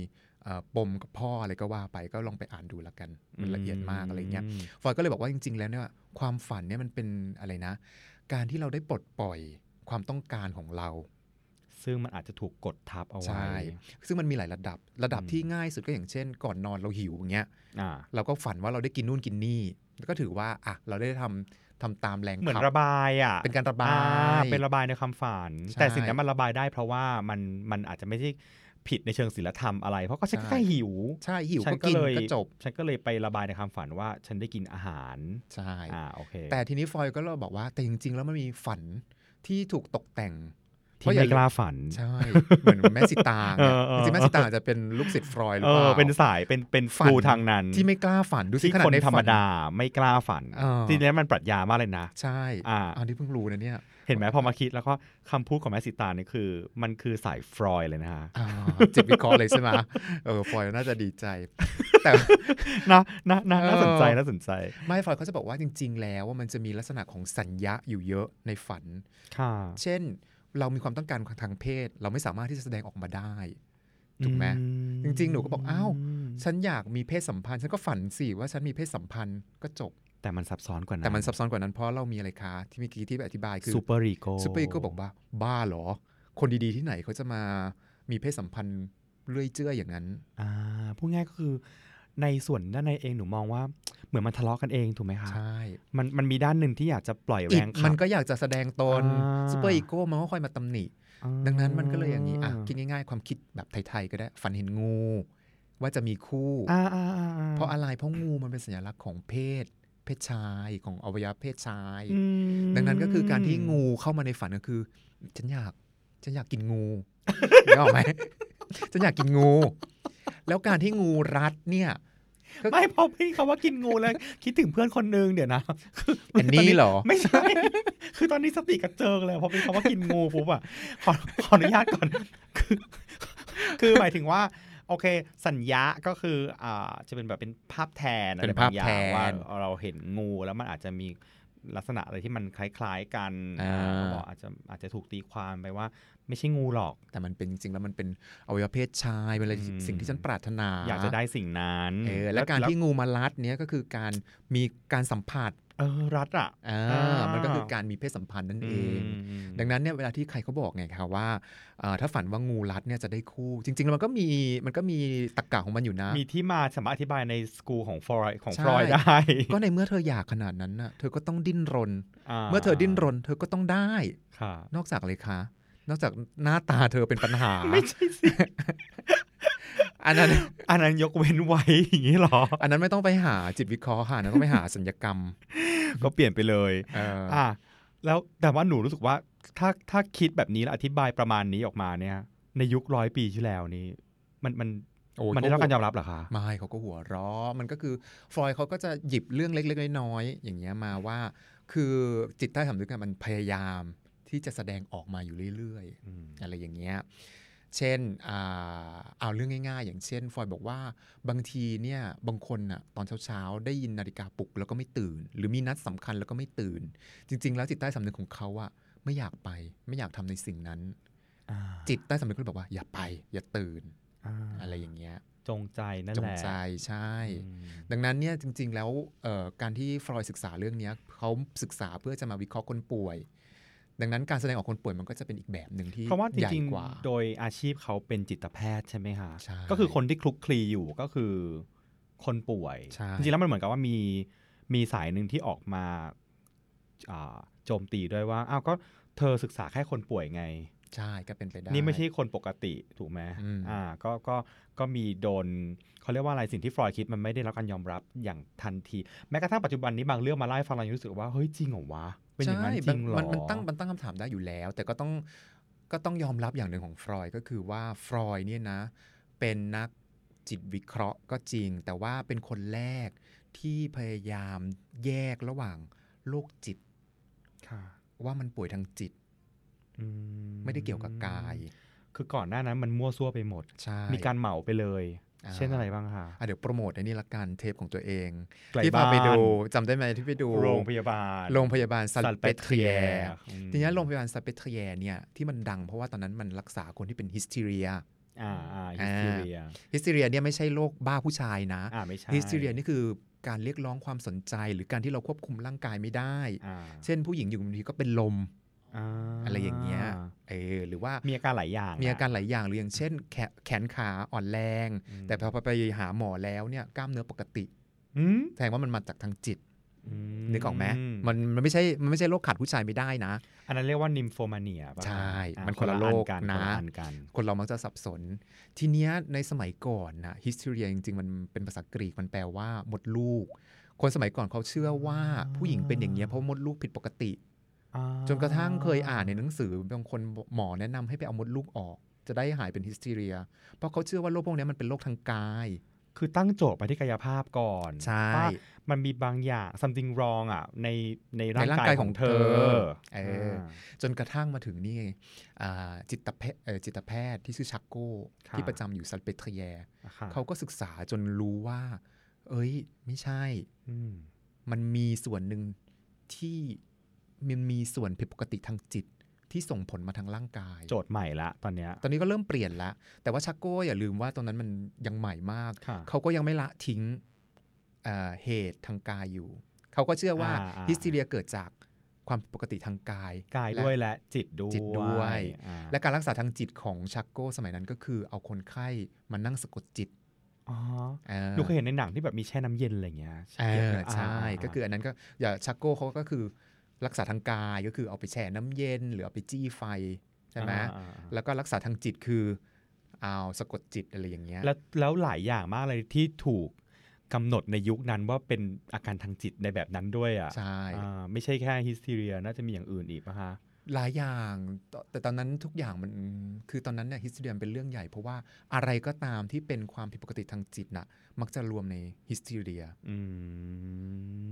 [SPEAKER 2] เอ่อปมกับพ่ออะไรก็ว่าไปก็ลองไปอ่านดูละกันมันละเอียดมากอะไรเงี้ย
[SPEAKER 1] ม
[SPEAKER 2] ฟรอยด์ก็เลยบอกว่าจริง ๆ แล้วเนี่ยความฝันเนี่ยมันเป็นอะไรนะ การที่เราได้ปลดปล่อยความต้องการของเรา
[SPEAKER 1] ซึ่งมันอาจจะถูกกดทับเอา
[SPEAKER 2] ใช่
[SPEAKER 1] ไว้
[SPEAKER 2] ซึ่งมันมีหลายระดับ ระดับ
[SPEAKER 1] อืม
[SPEAKER 2] ที่ง่ายสุดก็อย่างเช่น ก่อนนอนเราหิวอย่างเงี้ย
[SPEAKER 1] อ่า
[SPEAKER 2] เราก็ฝันว่าเราได้กินนู่นกินนี่ ก็ถือว่าอ่ะเราได้ทำทำตามแรง
[SPEAKER 1] เหมือน
[SPEAKER 2] ขั
[SPEAKER 1] ระบายอ่ะ
[SPEAKER 2] เป็นการระบา
[SPEAKER 1] อ่
[SPEAKER 2] ย
[SPEAKER 1] เป็นระบายในคำฝัน
[SPEAKER 2] ใช่
[SPEAKER 1] แต่สิ่งนั้นมันระบายได้เพราะว่ามันมันอาจจะไม่ใช่ผิดในเชิงศิลธรรมอะไร เพราะก็ฉัน
[SPEAKER 2] ใช่
[SPEAKER 1] แค่หิว
[SPEAKER 2] ใช่หิว
[SPEAKER 1] ฉั
[SPEAKER 2] ก็
[SPEAKER 1] นก็
[SPEAKER 2] กิน
[SPEAKER 1] เลย
[SPEAKER 2] ก็จบ
[SPEAKER 1] ฉันก็เลยไประบายในคำฝันว่าฉันได้กินอาหาร
[SPEAKER 2] ใช่
[SPEAKER 1] อ่าโอเค
[SPEAKER 2] แต่ทีนี้ฟอยก็เราบอกว่าแต่จริง ๆ แล้วมันมีฝันที่ถูกตกแต่ง
[SPEAKER 1] ที่ไม่กล้าฝัน
[SPEAKER 2] ใช่ เหมือนแม่สิตางเนี่ย
[SPEAKER 1] เออเออ
[SPEAKER 2] จริงๆแม่สิตางอาจจะเป็นลูกศิษย์ฟรอยด์หรื
[SPEAKER 1] เออ
[SPEAKER 2] อเปล่า
[SPEAKER 1] เป็นสายเป็นเป็น
[SPEAKER 2] ฝั
[SPEAKER 1] คน รูทางนั้น
[SPEAKER 2] ที่ไม่กล้าฝันดูสิ
[SPEAKER 1] ที่
[SPEAKER 2] ขนาด
[SPEAKER 1] คน
[SPEAKER 2] ใน
[SPEAKER 1] ธรรม
[SPEAKER 2] ฝัน
[SPEAKER 1] ดาไม่กล้าฝัน
[SPEAKER 2] เออ
[SPEAKER 1] จริงๆแล้วมันปรัชญามากเลยนะ
[SPEAKER 2] ใช่
[SPEAKER 1] อ่า
[SPEAKER 2] อันนี้เพิ่งรู้นะเนี่ย
[SPEAKER 1] เห็นไหมพอมาคิดแล้วก็คำพูดของแมสสิตาเนี่ยคือ มันคือสายฟรอยด์เลยนะ ฮะ
[SPEAKER 2] อ่าจิตวิเคราะห์เลยใช่ไหมเออฟรอยด์น่าจะดีใจ แต่
[SPEAKER 1] นะนะนะ
[SPEAKER 2] เออ
[SPEAKER 1] น่าสนใจน่าสนใจ
[SPEAKER 2] ไม่ฟรอยด์เขาจะบอกว่าจริง ๆ แล้วว่ามันจะมีลักษณะของสัญญะอยู่เยอะในฝัน
[SPEAKER 1] ค่ะ
[SPEAKER 2] เช่น เรามีความต้องการทางเพศ เราไม่สามารถที่จะแสดงออกมาได้ ถูกไหมจริงๆหนูก็บอกอ้าว ฉันอยากมีเพศสัมพันธ์ฉันก็ฝันสิว่าฉันมีเพศสัมพันธ์ก็จบ
[SPEAKER 1] แต่มันซับซ้อนกว่านั้น
[SPEAKER 2] แต่มันซับซ้อนกว่านั้นเพราะเรามีอะไรคะที่เมื่อกี้ที่อธิบายคือ
[SPEAKER 1] ซูเปอร์รีโก
[SPEAKER 2] ซูเปอร์อีโก้บอกว่าบ้าเหรอ คนดีๆที่ไหนเขาจะมามีเพศสัมพันธ์เรื่อยเจื้ออย่างนั้น
[SPEAKER 1] อ่าพูดง่ายก็คือ ในส่วนด้านในเองหนูมองว่า เหมือนมันทะเลาะกันเองถูกไหมคะ
[SPEAKER 2] ใช่
[SPEAKER 1] มันมันมีด้านหนึ่งที่อยากจะปล่อย
[SPEAKER 2] อิ
[SPEAKER 1] แร
[SPEAKER 2] ด
[SPEAKER 1] งขับ
[SPEAKER 2] มันก็อยากจะแสดงตน
[SPEAKER 1] อ่า
[SPEAKER 2] ซูเปอร์อีโก้มันก็คอยมาตำหนิ
[SPEAKER 1] อ่า
[SPEAKER 2] ดังนั้นมันก็เลยอย่างนี้อ่ะคิดง่ายๆ ความคิดแบบไทยๆก็ได้ ฝันเห็นงู ว่าจะมีคู่
[SPEAKER 1] อ่าอ่าอ่า
[SPEAKER 2] เพราะอะไรเพราะงูมันเป็นสัญลักษณ์ของเพศ เพศชายของอวัยวะเพศชาย
[SPEAKER 1] อืม
[SPEAKER 2] ดังนั้นก็คือการที่งูเข้ามาในฝันก็คือ ฉันอยากฉันอยากกินงู นึกออกไหมฉันอยากกินงู แล้วการที่งูรัดเนี่ยก็
[SPEAKER 1] ไม่พอพี่คำว่ากินงูแล้ว คิดถึงเพื่อนคนนึงเดี๋ยวนะคือ
[SPEAKER 2] อันนี้เหรอ
[SPEAKER 1] ไม่ใช่ คือตอนนี้สติกระเจิงเลยพอเป็นคำว่ากินงูปุ๊บอ่ะขอขออนุญาตก่อน คือ คือหมายถึงว่า โอเค สัญญาก็คืออ่าจะเป็นแบบเป็นภาพแทนอะไร
[SPEAKER 2] เป็น
[SPEAKER 1] บา
[SPEAKER 2] ภาพ
[SPEAKER 1] งอย่า
[SPEAKER 2] แท
[SPEAKER 1] ง
[SPEAKER 2] น
[SPEAKER 1] ว่าเราเห็นงูแล้วมันอาจจะมีลักษณะอะไรที่มันคล้าย ๆ กัน
[SPEAKER 2] อ่า
[SPEAKER 1] เขาบอกอาจจะอาจจะถูกตีความไปว่า ไม่ใช่งูหรอก
[SPEAKER 2] แต่มันเป็นจริงๆแล้วมันเป็นอวัยวะเพศชายเป็นอะไร
[SPEAKER 1] อืม
[SPEAKER 2] สิ่งที่ฉันปรารถนา
[SPEAKER 1] อยากจะได้สิ่งนั้น
[SPEAKER 2] เออและการที่งูมารัดเนี่ยก็คือการมีการสัมผัส
[SPEAKER 1] เออรัดอ่ะ
[SPEAKER 2] อ่า
[SPEAKER 1] อ่ามั
[SPEAKER 2] มันก็คือการมีเพศสัมพันธ์นั่นเอง
[SPEAKER 1] อืม
[SPEAKER 2] ดังนั้นเนี่ยเวลาที่ใครเขาบอกไงครับว่าเอ่อถ้าฝันว่างูรัดเนี่ยจะได้คู่ จริง ๆ แล้วมันก็มีมันก็มีตรกกะของมันอยู่นะ
[SPEAKER 1] มีที่มาสามารถอธิบายในสกูของฟรอยของ
[SPEAKER 2] ใช่
[SPEAKER 1] ฟรอยได้
[SPEAKER 2] ก็ในเมื่อเธออยากขนาดนั้นน่ะเธอก็ต้องดิ้นรน เมื่อเธอดิ้นรน เธอก็ต้องได้
[SPEAKER 1] ค่ะ
[SPEAKER 2] นอกจากเลยคะ นอกจากหน้าตาเธอเป็นปัญหา
[SPEAKER 1] ไม่ใช่สิ
[SPEAKER 2] อันนั้น
[SPEAKER 1] อันนั้นยกเว้นไว้อย่างนี้หรอ
[SPEAKER 2] อันนั้นไม่ต้องไปหาจิตวิเคราะห์ค่ะอันนั้นต้องไปหาสัญญกรรม
[SPEAKER 1] ก็เปลี่ยนไปเลย
[SPEAKER 2] เอออ
[SPEAKER 1] อ่ะแล้วแต่ว่าหนูรู้สึกว่าถ้าถ้าคิดแบบนี้แล้วอธิบายประมาณนี้ออกมาเนี่ย ในยุคร้อยปีที่แล้วนี้ มันมัน
[SPEAKER 2] โอ้ย
[SPEAKER 1] มันได้รับการยอมรับเหรอคะ
[SPEAKER 2] ไม่เขาก็หัวเราะมันก็คือฟลอยด์เขาก็จะหยิบเรื่องเล็กๆน้อยๆอย่างเงี้ยมาว่า คือจิตใต้สำนึกอะมันพยายามที่จะแสดงออกมาอยู่เรื่อยๆ อะไรอย่างเงี้ย เช่นอ่าเอาเรื่องง่ายๆ อย่างเช่น ฟอยบอกว่าบางทีเนี่ยบางคนน่ะตอนเช้าๆ ได้ยินนาฬิกาปลุกแล้วก็ไม่ตื่น หรือมีนัดสำคัญแล้วก็ไม่ตื่น จริง ๆ แล้วจิตใต้สำนึกของเขาอะไม่อยากไปไม่อยากทำในสิ่งนั้น
[SPEAKER 1] อ่า
[SPEAKER 2] จิตใต้สำนึกก็เลยบอกว่าอย่าไปอย่าตื่น
[SPEAKER 1] อ่า
[SPEAKER 2] อะไรอย่างเงี้ย
[SPEAKER 1] จงใจนั่น
[SPEAKER 2] จ
[SPEAKER 1] แห
[SPEAKER 2] ง
[SPEAKER 1] ละ
[SPEAKER 2] ใจใช่
[SPEAKER 1] อืม
[SPEAKER 2] ดังนั้นเนี่ยจริง ๆ แล้วเอ่อการที่ฟรอยด์ศึกษาเรื่องเนี้ยเขาศึกษาเพื่อจะมาวิเคราะห์คนป่วย ดังนั้นการแสดงออกคนป่วยมันก็จะเป็นอีกแบบหนึ่งที่
[SPEAKER 1] เพราะว่าจ
[SPEAKER 2] ใหญ่
[SPEAKER 1] ริง
[SPEAKER 2] กว่า
[SPEAKER 1] ๆ โดยอาชีพเขาเป็นจิตแพทย์ใช่ไหมคะ
[SPEAKER 2] ใช่
[SPEAKER 1] ก็คือคนที่คลุกคลีอยู่ก็คือคนป่วย
[SPEAKER 2] ใช่
[SPEAKER 1] จริงๆแล้วมันเหมือนกับว่ามีมีสายหนึ่งที่ออกมาอ่าโจมตีด้วยว่าอ้าวก็เธอศึกษาแค่คนป่วยไง
[SPEAKER 2] ใช่ก็เป็นไปได้
[SPEAKER 1] นี่ไม่ใช่คนปกติถูกไหม
[SPEAKER 2] อืม
[SPEAKER 1] อ่าก็ก็ก็มีโดนเขาเรียกว่าอะไรสิ่งที่ฟรอยด์คิดมันไม่ได้รับการยอมรับอย่างทันที แม้กระทั่งปัจจุบันนี้บางเรื่องมาไล่าให้ฟังเรายังรู้สึกว่าเฮ้ยจริงเหรอวะเป็นอย่างนั้น
[SPEAKER 2] ใช่
[SPEAKER 1] จริงเหรอ
[SPEAKER 2] มันมันตั้งมันตั้งคำถามได้อยู่แล้ว แต่ก็ต้องก็ต้องยอมรับอย่างหนึ่งของฟรอยด์ก็คือว่าฟรอยด์เนี่ยนะ เป็นนักจิตวิเคราะห์ก็จริง แต่ว่าเป็นคนแรกที่พยายามแยกระหว่างโรคจิตว่ามันป่วยทางจิต
[SPEAKER 1] อื
[SPEAKER 2] ไม่ได้เกี่ยวกับกาย
[SPEAKER 1] คือก่อนหน้านั้นมันมั่วซั่วไปหมด
[SPEAKER 2] ใช่
[SPEAKER 1] มีการเหมาไปเลย
[SPEAKER 2] า
[SPEAKER 1] เช่นอะไรบ้างคะ
[SPEAKER 2] อ่ะเดี๋ยวโปรโมทไอ้นี่ละกันเทปของตัวเอง
[SPEAKER 1] ไกล
[SPEAKER 2] ที่
[SPEAKER 1] บ้
[SPEAKER 2] พาน ไปดูจำได้ไหมที่ไปดู
[SPEAKER 1] โรงพยาบาล
[SPEAKER 2] โรงพยาบาลซัลเปเทรีย
[SPEAKER 1] อืม
[SPEAKER 2] ทีนี้โรงพยาบาลซาเปเทรียเนี่ยที่มันดังเพราะว่าตอนนั้นมันรักษาคนที่เป็นฮิสเทเรีย
[SPEAKER 1] อ่าอ่า
[SPEAKER 2] อ่า
[SPEAKER 1] ฮิสเทเรีย
[SPEAKER 2] ฮิสเทเรียเนี่ยไม่ใช่โรคบ้าผู้ชายนะ
[SPEAKER 1] อ่าไม่ใช่
[SPEAKER 2] ฮิสเทเรียนี่คือการเรียกร้องความสนใจ หรือการที่เราควบคุมร่างกายไม่ได้
[SPEAKER 1] อ่า
[SPEAKER 2] เช่นผู้หญิงอยู่บางทีก็เป็นลม อะไรอย่างเงี้ยเออหรือว่า
[SPEAKER 1] มีอาการหลายอย่าง
[SPEAKER 2] มีอาการ
[SPEAKER 1] นะ
[SPEAKER 2] หลายอย่างหรืออย่างเช่นแขนแขนขาอ่อนแรง
[SPEAKER 1] อืม
[SPEAKER 2] แต่พอไปหาหมอแล้วเนี่ยกล้ามเนื้อปกติ
[SPEAKER 1] อืม
[SPEAKER 2] แสดงว่ามันมาจากทางจิต
[SPEAKER 1] อื
[SPEAKER 2] นึกออกไหมมันมันไม่ใช่มันไม่ใช่โรคขาดผู้ชายไม่ได้นะ
[SPEAKER 1] อันนั้นเรียกว่านิมโฟมาเนียป่ะ
[SPEAKER 2] ใช่
[SPEAKER 1] อ่ะ
[SPEAKER 2] มันคนละโรค
[SPEAKER 1] อักัน
[SPEAKER 2] นะ
[SPEAKER 1] คละอันกัน
[SPEAKER 2] คนเรามักจะสับสน ทีเนี้ยในสมัยก่อนนะฮิสเทเรียจริงๆ มันเป็นภาษากรีกมันแปลว่า มดลูก คนสมัยก่อนเขาเชื่อว่าผู้หญิงเป็นอย่างเงี้ยเพราะมดลูกผิดปกติ
[SPEAKER 1] อ่า
[SPEAKER 2] จนกระทั่งเคยอ่านในหนังสือบางคนหมอแนะนำให้ไปเอามดลูกออก จะได้หายเป็นฮิสเทเรีย เพราะเขาเชื่อว่าโรคพวกเนี้ยมันเป็นโรคทางกาย
[SPEAKER 1] คือตั้งโจทย์ไปที่กายภาพก่อน
[SPEAKER 2] ใช่
[SPEAKER 1] ว่ามันมีบางอย่าง something wrong อ่ะในในร่าง
[SPEAKER 2] ในร่า
[SPEAKER 1] กาก
[SPEAKER 2] งาย ย
[SPEAKER 1] ข
[SPEAKER 2] ข
[SPEAKER 1] อ
[SPEAKER 2] อง ง
[SPEAKER 1] เธ
[SPEAKER 2] เธ
[SPEAKER 1] อ
[SPEAKER 2] อ
[SPEAKER 1] อ
[SPEAKER 2] เออ จนกระทั่งมาถึงนี่ไงอ่าจิตแพทย์เอ่อจิตแพทย์ที่ชื่อชักโก้ที่ประจำอยู่ซัลเปเทรีย
[SPEAKER 1] ค่ะ
[SPEAKER 2] เขาก็ศึกษาจนรู้ว่า เอ้ย ไม่ใช่
[SPEAKER 1] อืม
[SPEAKER 2] มันมีส่วนหนึ่งที่มันมีส่วนผิดปกติทางจิตที่ส่งผลมาทางร่างกาย
[SPEAKER 1] โจทย์ใหม่ละตอนเนี้ย
[SPEAKER 2] ตอนนี้ก็เริ่มเปลี่ยนละ แต่ว่าชักโก้อย่าลืมว่าตอนนั้นมันยังใหม่มาก
[SPEAKER 1] ค่ะ
[SPEAKER 2] เขาก็ยังไม่ละทิ้งเอ่อเหตุทางกายอยู่ เขาก็เชื่อว่า
[SPEAKER 1] อ่าอ่า
[SPEAKER 2] ฮิสเทีเรียเกิดจากความผิดปกติทางกาย
[SPEAKER 1] กายด้วยและจิตด้วย
[SPEAKER 2] จิตด้วย
[SPEAKER 1] อ่า
[SPEAKER 2] และการรักษาทางจิตของชักโก้สมัยนั้นก็คือเอาคนไข้มานั่งสะกดจิต
[SPEAKER 1] อ๋อ
[SPEAKER 2] เอ่อ
[SPEAKER 1] หนูเคยเห็นในหนังที่แบบมีแช่น้ำเย็นอะไรอย่างเงี้ย
[SPEAKER 2] เออใช่
[SPEAKER 1] า
[SPEAKER 2] ก็คืออันนั้นก็อย่าชักโก้เขาก็คือรักษาทางกายก็คือเอาไปแช่น้ำเย็น หรือเอาไปจี้ไฟใช่ไหม
[SPEAKER 1] อ่าอ่าอ่า
[SPEAKER 2] แล้วก็รักษาทางจิตคือเอาสะกดจิตอะไรอย่างเงี้ย
[SPEAKER 1] แล้วแล้วหลายอย่างมากเลยที่ถูกกำหนดในยุคนั้นว่าเป็นอาการทางจิตในแบบนั้นด้วยอ่ะ
[SPEAKER 2] ใช่
[SPEAKER 1] อ่าไม่ใช่แค่ฮิสเทเรียน่าจะมีอย่างอื่นอีกปะฮะ
[SPEAKER 2] หลายอย่างตแต่ตอนนั้นทุกอย่างมันคือตอนนั้นเนี่ยฮิสเทียมเป็นเรื่องใหญ่ เพราะว่าอะไรก็ตามที่เป็นความผิดปกติทางจิตน่ะมักจะรวมในฮิสเทีย
[SPEAKER 1] อื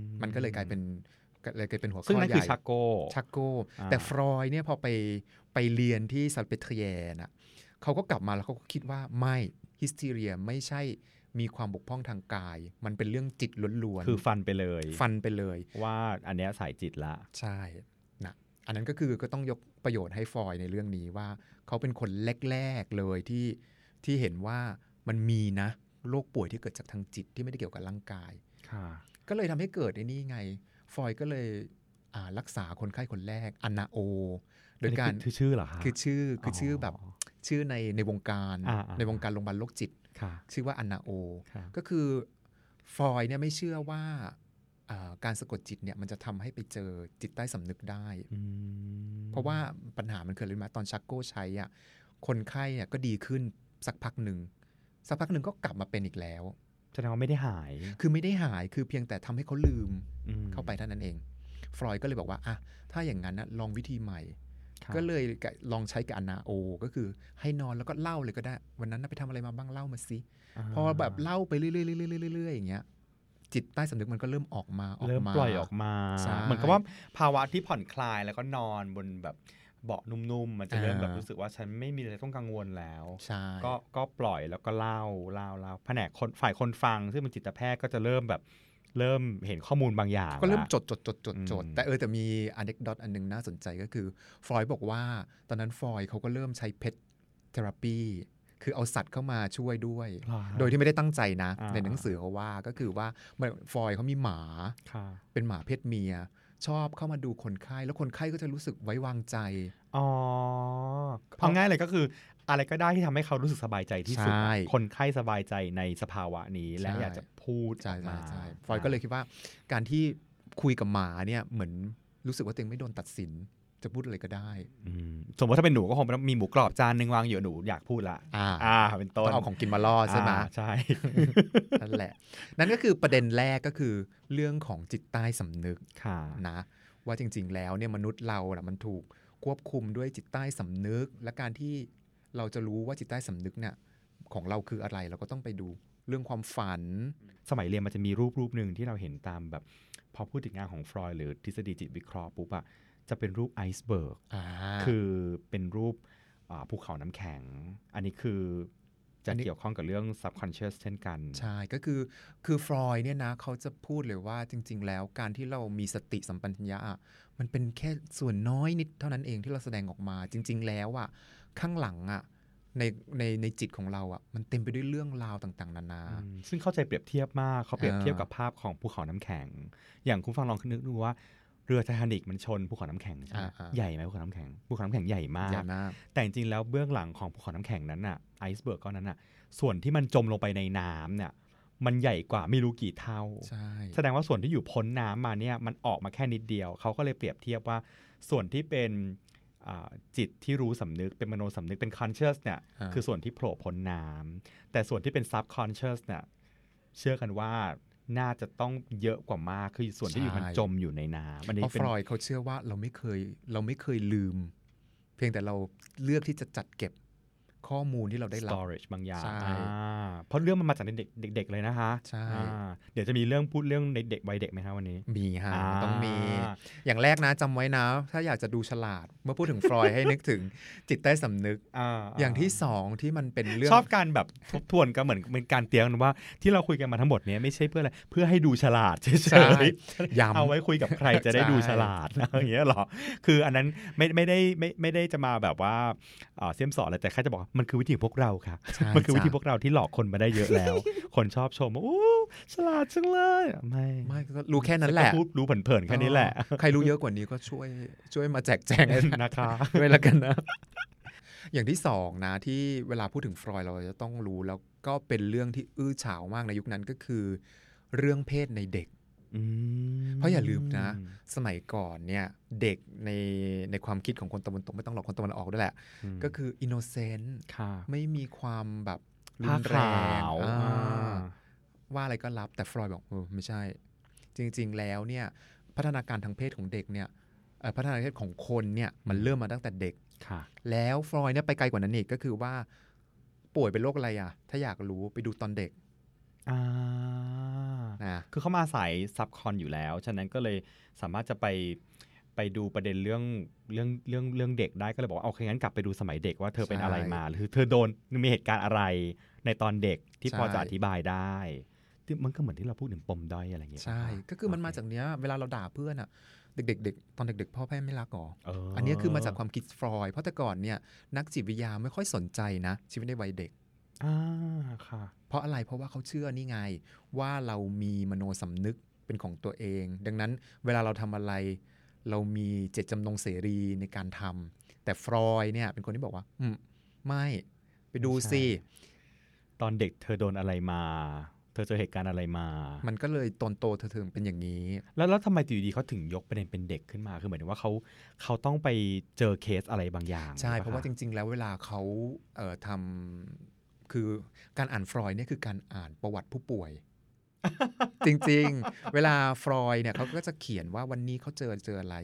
[SPEAKER 1] ม
[SPEAKER 2] มันก็เลยกลายเป็นก็เลยกลายเป็นหัวข้อ
[SPEAKER 1] ซึ่งนั่น
[SPEAKER 2] ให
[SPEAKER 1] คือ
[SPEAKER 2] ญ่
[SPEAKER 1] ชักโก้
[SPEAKER 2] ชักโก้
[SPEAKER 1] อ่า
[SPEAKER 2] แต่ฟรอยด์เนี่ยพอไปไปเรียนที่ซัลเปเทเรียน่ะเขาก็กลับมาแล้วเขาก็คิดว่าไม่ฮิสเทีเรียไม่ใช่มีความบกพร่องทางกาย มันเป็นเรื่องจิตล้วนๆ
[SPEAKER 1] คือฟันไปเลย
[SPEAKER 2] ฟันไปเลย
[SPEAKER 1] ว่าอันเนี้ยสายจิตละ
[SPEAKER 2] ใช่นะอันนั้นก็คือก็ต้องยกประโยชน์ให้ฟรอยด์ในเรื่องนี้ว่า เขาเป็นคนแรกๆเลยที่ที่เห็นว่ามันมีนะโรคป่วยที่เกิดจากทางจิตที่ไม่ได้เกี่ยวกับร่างกาย
[SPEAKER 1] ค่ะ
[SPEAKER 2] ก็เลยทำให้เกิดไอ้นี่ไง ฟรอยด์ก็เลยอ่ารักษาคนไข้คนแรกอนาโอ โด
[SPEAKER 1] โดย
[SPEAKER 2] ย
[SPEAKER 1] กา
[SPEAKER 2] การ ร
[SPEAKER 1] คือชื่อเหรอคะ
[SPEAKER 2] คือชื่ออคือชื่อแบบชื่อในในวงการ
[SPEAKER 1] อ่าอ่า
[SPEAKER 2] ในวงการโรงพยาบาลโรคจิต
[SPEAKER 1] ค่ะ
[SPEAKER 2] ชื่อว่าอันนาโอ
[SPEAKER 1] ค่ะ
[SPEAKER 2] ก็คือฟรอยด์เนี่ยไม่เชื่อว่าอ่าการสะกดจิตเนี่ยมันจะทำให้ไปเจอจิตใต้สำนึกได้
[SPEAKER 1] อืม
[SPEAKER 2] เพราะว่าปัญหามันเกิดเลยมาตอนชักโก้ใช้อ่ะคนไข้เนี่ยก็ดีขึ้นสักพักหนึ่ง สักพักหนึ่งก็กลับมาเป็นอีกแล้ว
[SPEAKER 1] แสดงว่าไม่ได้หาย
[SPEAKER 2] คือไม่ได้หายคือเพียงแต่ทำให้เขาลืม
[SPEAKER 1] อืม
[SPEAKER 2] เข้าไปเท่านั้นเอง ฟรอยด์ก็เลยบอกว่าอ่ะถ้าอย่างนั้นนะลองวิธีใหม่
[SPEAKER 1] ค่ะ
[SPEAKER 2] ก็เลยกะลองใช้กับอนาโอ ก็คือให้นอนแล้วก็เล่าเลยก็ได้ วันนั้นน่ะไปทำอะไรมาบ้างเล่ามาสิ
[SPEAKER 1] า
[SPEAKER 2] พอแบบเล่าไปเรื่อยๆเรื่อยๆเรื่อยๆอย่างเงี้ยจิตใต้สำนึกมันก็เริ่มออกมาออก
[SPEAKER 1] เริ่ม
[SPEAKER 2] มา
[SPEAKER 1] ปล่อยออกมา
[SPEAKER 2] ใช่
[SPEAKER 1] เหมือนกับว่าภาวะที่ผ่อนคลายแล้วก็นอนบนแบบเบาะนุ่มๆ มันจะเริ่มแบบ
[SPEAKER 2] อ่ารู้
[SPEAKER 1] รู้สึกว่าฉันไม่มีอะไรต้องกังวลแล้ว
[SPEAKER 2] ใช่
[SPEAKER 1] ก็ก็ปล่อยแล้วก็เล่าเล่าเล่าแผนกคนฝ่ายคนฟัง ซึ่งเป็นจิตแพทย์ก็จะเริ่มแบบเริ่มเห็นข้อมูลบางอย่าง
[SPEAKER 2] ก็เริ่ม
[SPEAKER 1] ละ
[SPEAKER 2] จดจดจดจดจด
[SPEAKER 1] อืม
[SPEAKER 2] แต่เออแต่มีอันเด็กดอทอันหนึงน่าสนใจก็คือ ฟรอยด์บอกว่า ตอนนั้นฟรอยด์เขาก็เริ่มใช้เพ t เทอราปีคือเอาสัตว์เข้ามาช่วยด้วย
[SPEAKER 1] เหรอฮะ
[SPEAKER 2] โดยที่ไม่ได้ตั้งใจนะ
[SPEAKER 1] อ่า
[SPEAKER 2] ในหนังสือเขาว่าก็คือว่ามันฟรอยด์เขามีหมา
[SPEAKER 1] ค่ะ
[SPEAKER 2] เป็นหมาเพศเมีย ชอบเข้ามาดูคนไข้ แล้วคนไข้ก็จะรู้สึกไว้วางใจ
[SPEAKER 1] อ๋อ
[SPEAKER 2] เพราะ
[SPEAKER 1] เอาง่ายเลยก็คือ อะไรก็ได้ที่ทำให้เขารู้สึกสบายใจที่สุด
[SPEAKER 2] ใช่
[SPEAKER 1] คนไข้สบายใจในสภาวะนี้และ
[SPEAKER 2] ใช่
[SPEAKER 1] อยากจะพูด
[SPEAKER 2] ใช่
[SPEAKER 1] ออก
[SPEAKER 2] ใช่
[SPEAKER 1] มา
[SPEAKER 2] ใช่ฟรอยด์ก็เลยคิดว่า การที่คุยกับหมาเนี่ยเหมือนรู้สึกว่าตัวเองไม่โดนตัดสิน จะพูดอะไรก็ได้
[SPEAKER 1] อืมสมมติถ้าเป็นหนูก็คงมีหมูกรอบจานหนึ่งวางอยู่หนูอยากพูดละ
[SPEAKER 2] อ่า
[SPEAKER 1] อ่า เป็นต้
[SPEAKER 2] ต้อน งเอาของกินมาล่อใช่ไหม
[SPEAKER 1] อ่าใช่
[SPEAKER 2] นั่นแหละ นั่นก็คือประเด็นแรกก็คือเรื่องของจิตใต้สำนึก
[SPEAKER 1] ค่ะ
[SPEAKER 2] นะ ว่าจริง ๆ แล้วเนี่ยมนุษย์เราน่ะมันถูกควบคุมด้วยจิตใต้สำนึก และการที่เราจะรู้ว่าจิตใต้สำนึกเนี่ยของเราคืออะไรเราก็ต้องไปดูเรื่องความฝัน
[SPEAKER 1] สมัยเรียนมันจะมีรูปรูปหนึ่งที่เราเห็นตามแบบ พอพูดถึงงานของฟรอยด์หรือทฤษฎีจิตวิเคราะห์ปุ๊บอะจะเป็นรูปไอซ์เบิร์ก
[SPEAKER 2] อ่า
[SPEAKER 1] คือเป็นรูปอ่าภูเขาน้ำแข็ง อันนี้คือจะ
[SPEAKER 2] อันนี้
[SPEAKER 1] เกี่ยวข้องกับเรื่อง subconscious เช่นกัน
[SPEAKER 2] ใช่ก็คือคือฟรอยด์เนี่ยนะเขาจะพูดเลยว่าจริง ๆ แล้วการที่เรามีสติสัมปชัญญะอะมันเป็นแค่ส่วนน้อยนิดเท่านั้นเองที่เราแสดงออกมา จริง ๆ แล้วอ่ะข้างหลังอ่ะในในในจิตของเราอ่ะมันเต็มไปด้วยเรื่องราวต่างๆ นานา
[SPEAKER 1] อืมซึ่งเข้าใจเปรียบเทียบมากเขาเปรียบ
[SPEAKER 2] อ่า
[SPEAKER 1] เทียบกับภาพของภูเขาน้ำแข็ง อย่างคุณฟังลองนึกดูว่า เรือไททานิกมันชนภูเขาน้ำแข็งใช่ไหม
[SPEAKER 2] อ่าอ่า
[SPEAKER 1] ใหญ่ไหมภูเขาน้ำแข็งภูเขาน้ำแข็งใหญ่มาก
[SPEAKER 2] ใหญ่มาก
[SPEAKER 1] แต่จริงๆแล้วเบื้องหลังของภูเขาน้ำแข็งนั้นน่ะไอซ์เบิร์กก้อนนั้นน่ะส่วนที่มันจมลงไปในน้ำเนี่ยมันใหญ่กว่าไม่รู้กี่เท่า
[SPEAKER 2] ใช่
[SPEAKER 1] แสดงว่าส่วนที่อยู่พ้นน้ำมาเนี่ยมันออกมาแค่นิดเดียว เขาก็เลยเปรียบเทียบว่าส่วนที่เป็นอ่าจิตที่รู้สำนึกเป็นมโนสำนึกเป็น conscious เนี่ย
[SPEAKER 2] า
[SPEAKER 1] คือส่วนที่โผล่พ้นน้ำแต่ส่วนที่เป็น subconscious เนี่ยเชื่อกันว่าน่าจะต้องเยอะกว่ามากคือส่วนที่อยู่มันจมอยู่ในน้ำอันนี้
[SPEAKER 2] เพราะฟ
[SPEAKER 1] เป็น
[SPEAKER 2] รอยด์เขาเชื่อว่าเราไม่เคยเราไม่เคยลืม เพียงแต่เราเลือกที่จะจัดเก็บข้อมูลที่เราได้
[SPEAKER 1] ได้
[SPEAKER 2] รับ
[SPEAKER 1] storage บางอย่าง
[SPEAKER 2] ใช่
[SPEAKER 1] อ่าเพราะเรื่องมันมาจากเด็กๆเด็กๆเลยนะคะ
[SPEAKER 2] ใช่
[SPEAKER 1] อ่าเดี๋ยวจะมีเรื่องพูดเรื่องเด็กๆวัยเด็กไหมคะวันนี้
[SPEAKER 2] มีฮะ
[SPEAKER 1] า
[SPEAKER 2] มันต้องมี อย่างแรกนะจำไว้นะ ถ้าอยากจะดูฉลาด เมื่อพูดถึงฟรอยด์ให้นึกถึงจิตใต้สำนึก อย่างที่สองที่มันเป็นเรื่อง
[SPEAKER 1] ชอบการแบบ ทบทวนก็เหมือนเป็นการเตรียมกันว่าที่เราคุยกันมาทั้งหมดเนี้ยไม่ใช่เพื่ออะไรเพื่อให้ดูฉลาดเฉ
[SPEAKER 2] ใช่
[SPEAKER 1] ย
[SPEAKER 2] ย้ำ
[SPEAKER 1] เอาไว้คุยกับใครจะได้
[SPEAKER 2] ใช่
[SPEAKER 1] ดูฉลาด นะอย่างเงี้ยเหรอคืออันนั้นไม่ไม่ได้ไม่ไม่ได้จะมาแบบว่าเอ่อเสียมสอนอะไรแต่แค่จะบอกว่ามันคือวิธีของพวกเราค่ะ
[SPEAKER 2] ใช่
[SPEAKER 1] มันคือวิธี
[SPEAKER 2] จ้ะ
[SPEAKER 1] พวกเราที่หลอกคนมาได้เยอะแล้ว คนชอบชมว่าอู้ฉลาดจังเลยไม่
[SPEAKER 2] ไม่ก็รู้แค่นั้นแหละ
[SPEAKER 1] ก็พูดรู้เผินๆแค่นี้แหละ
[SPEAKER 2] เออใครรู้เยอะกว่านี้ก็ช่วยช่วยมาแจกแจงนะ
[SPEAKER 1] นะคะ
[SPEAKER 2] ด้วยละกันนะ อย่างที่สองนะที่เวลาพูดถึงฟรอยด์เราจะต้องรู้แล้วก็เป็นเรื่องที่อื้อฉาวมากในยุคนั้นก็คือ เรื่องเพศในเด็ก
[SPEAKER 1] อืม
[SPEAKER 2] เพราะอย่าลืมนะ สมัยก่อนเนี่ยเด็กในในความคิดของคนตะวันตกไม่ต้องหรอกคนตะวันออกด้วยแหละ
[SPEAKER 1] อืม
[SPEAKER 2] ก็คืออินโนเซนต์
[SPEAKER 1] ค่ะ
[SPEAKER 2] ไม่มีความแบบรุ
[SPEAKER 1] ผ้าน
[SPEAKER 2] แร
[SPEAKER 1] ขาง ว
[SPEAKER 2] อ่า
[SPEAKER 1] อ่า
[SPEAKER 2] ว่าอะไรก็รับแต่ฟรอยด์บอกเออไม่ใช่ จริง ๆ แล้วเนี่ยพัฒนาการทางเพศของเด็กเนี่ยเอ่อพัฒนาการเพศของคนเนี่ยมันเริ่มมาตั้งแต่เด็ก
[SPEAKER 1] ค่ะ
[SPEAKER 2] แล้วฟรอยด์เนี่ยไปไกลกว่านั้นอีกก็คือว่าป่วยเป็นโรคอะไรอ่ะ ถ้าอยากรู้ไปดูตอนเด็ก
[SPEAKER 1] อ่า
[SPEAKER 2] นะ
[SPEAKER 1] คือเขามาอาศัยซับคอนอยู่แล้ว ฉะนั้นก็เลยสามารถจะไปไปดูประเด็นเรื่องเรื่องเรื่องเรื่องเด็กได้ก็เลยบอกว่าโอเคงั้นกลับไปดูสมัยเด็กว่าเธอเป็นอะไรมาหรือเธอโดนมีเหตุการณ์อะไรในตอนเด็กที่พอจะอธิบายได้ที่มันก็เหมือนที่เราพูดถึงปมด้อยอะไรอย่างเงี้ย
[SPEAKER 2] ใช่ ก็คือมันมาจากเนี้ยเวลาเราด่าเพื่อนอ่ะเด็กๆเด็กตอนเด็ก ๆ พ่อแม่ไม่รักหรอ
[SPEAKER 1] เ
[SPEAKER 2] อันเนี้ยคือมาจากความคิดฟรอยด์เพราะแต่ก่อนเนี่ยนักจิตวิทยาไม่ค่อยสนใจนะ ชีวิตในวัยเด็ก
[SPEAKER 1] อ่าค่ะ
[SPEAKER 2] เพราะอะไรเพราะว่าเขาเชื่อนี่ไง ว่าเรามีมโนสำนึกเป็นของตัวเอง ดังนั้นเวลาเราทำอะไร เรามีเจตจำนงเสรีในการทำแต่ฟรอยด์เนี่ยเป็นคนที่บอกว่า อืมไม่ไปดู
[SPEAKER 1] ไม่ใช่
[SPEAKER 2] สิ
[SPEAKER 1] ตอนเด็กเธอโดนอะไรมา เธอเจอเหตุการณ์อะไรมา
[SPEAKER 2] มันก็เลยตอนโตเธอถึงเป็นอย่างนี้
[SPEAKER 1] แล้วแล้วทำไมอยู่ดีเขาถึงยกประเด็นเป็นเด็กขึ้นมาคือเหมือนว่าเขาเขาต้องไปเจอเคสอะไรบางอย่าง
[SPEAKER 2] ใช่
[SPEAKER 1] หอ
[SPEAKER 2] เพราะว่าจริง ๆ แล้วเวลาเขาเอ่อทำคือการอ่านฟรอยด์เนี่ยคือการอ่านประวัติผู้ป่วย จริง ๆ เวลาฟรอยด์เนี่ยเขาก็จะเขียนว่าวันนี้เขาเจอเจออะไร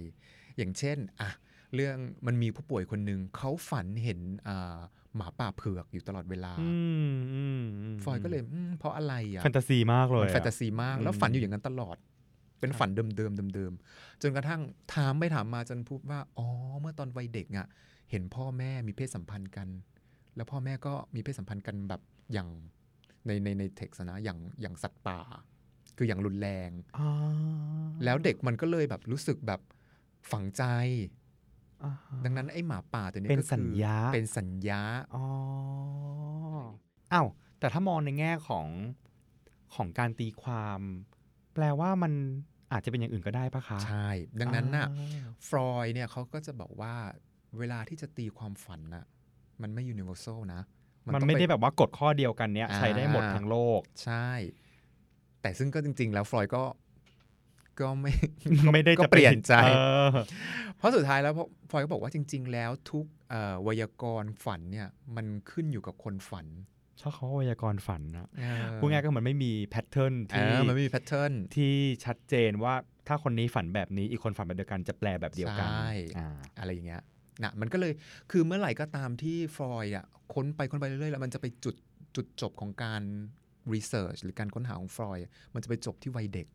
[SPEAKER 2] อย่างเช่นอ่ะเรื่องมันมีผู้ป่วยคนหนึ่งเขาฝันเห็นอ่าหมาป่าเผือกอยู่ตลอดเวลา
[SPEAKER 1] อืมอืมม
[SPEAKER 2] ฟรอยด์ก็เลยอืมเพราะอะไรอ่ะ
[SPEAKER 1] แฟนตาซีมากเลย
[SPEAKER 2] มัน
[SPEAKER 1] อะ
[SPEAKER 2] แฟนตาซีมาก แล้ว
[SPEAKER 1] อืม
[SPEAKER 2] ฝันอยู่อย่างนั้นตลอด เป็นฝันเดิมๆเดิมๆจนกระทั่งถามไปถามมาจนพูดว่า อ๋อ เมื่อตอนวัยเด็กอ่ะ เห็นพ่อแม่มีเพศสัมพันธ์กัน แล้วพ่อแม่ก็มีเพศสัมพันธ์กันแบบอย่างในในในเท็กซ์นะอย่างอย่างสัตว์ป่า คืออย่างรุนแรง
[SPEAKER 1] อ่า
[SPEAKER 2] แล้วเด็กมันก็เลยแบบรู้สึกแบบฝังใจ
[SPEAKER 1] อ่าฮะ
[SPEAKER 2] ดังนั้นไอ้หมาป่าตัวนี้
[SPEAKER 1] เป็น
[SPEAKER 2] ก็คือ
[SPEAKER 1] สัญญา
[SPEAKER 2] เป็นสัญญา
[SPEAKER 1] อ๋ออ้าวแต่ถ้ามองในแง่ของของการตีความ แปลว่ามันอาจจะเป็นอย่างอื่นก็ได้ปะคะ
[SPEAKER 2] ใช่ ดังนั้นน่ะ
[SPEAKER 1] อ่า
[SPEAKER 2] ฟรอยด์เนี่ยเขาก็จะบอกว่าเวลาที่จะตีความฝันน่ะมันไม่ universal นะ
[SPEAKER 1] มัน
[SPEAKER 2] ต้อง
[SPEAKER 1] ไม่
[SPEAKER 2] ป
[SPEAKER 1] ได้แบบว่ากฎข้อเดียวกันเนี้ย
[SPEAKER 2] อ่า
[SPEAKER 1] ใช้ได้หมดทั้งโลก
[SPEAKER 2] ใช่ แต่ซึ่งก็จริง ๆ แล้วฟรอยด์ก็ก็ไม่
[SPEAKER 1] ไม่ได้
[SPEAKER 2] ก็
[SPEAKER 1] จะ
[SPEAKER 2] เปลี่ยนใจ
[SPEAKER 1] เออ
[SPEAKER 2] เพราะสุดท้ายแล้วฟรอยด์ก็บอกว่าจริง ๆ แล้วทุกเอ่อไวยากรณ์ฝันเนี่ยมันขึ้นอยู่กับคนฝัน
[SPEAKER 1] ชอบเขาว่าไวยากรณ์ฝันนะ
[SPEAKER 2] เออ
[SPEAKER 1] พูดง่ายก็เหมือนไม่มีแพทเทิร์น
[SPEAKER 2] เอ
[SPEAKER 1] ที่
[SPEAKER 2] อมันไม่มีแพทเทิร์น
[SPEAKER 1] ที่ชัดเจนว่าถ้าคนนี้ฝันแบบนี้อีกคนฝันแบบเดียวกันจะแปลแบบเดียวกัน
[SPEAKER 2] ใช่
[SPEAKER 1] อ่า
[SPEAKER 2] อะไรอย่างเงี้ยนะมันก็เลยคือเมื่อไหร่ก็ตามที่ฟรอยด์อ่ะค้นไปค้นไปเรื่อยๆ แล้วมันจะไปจุดจุดจบของการรีเสิร์ชหรือการค้นหาของฟรอยด์อะมันจะไปจบที่วัยเด็ก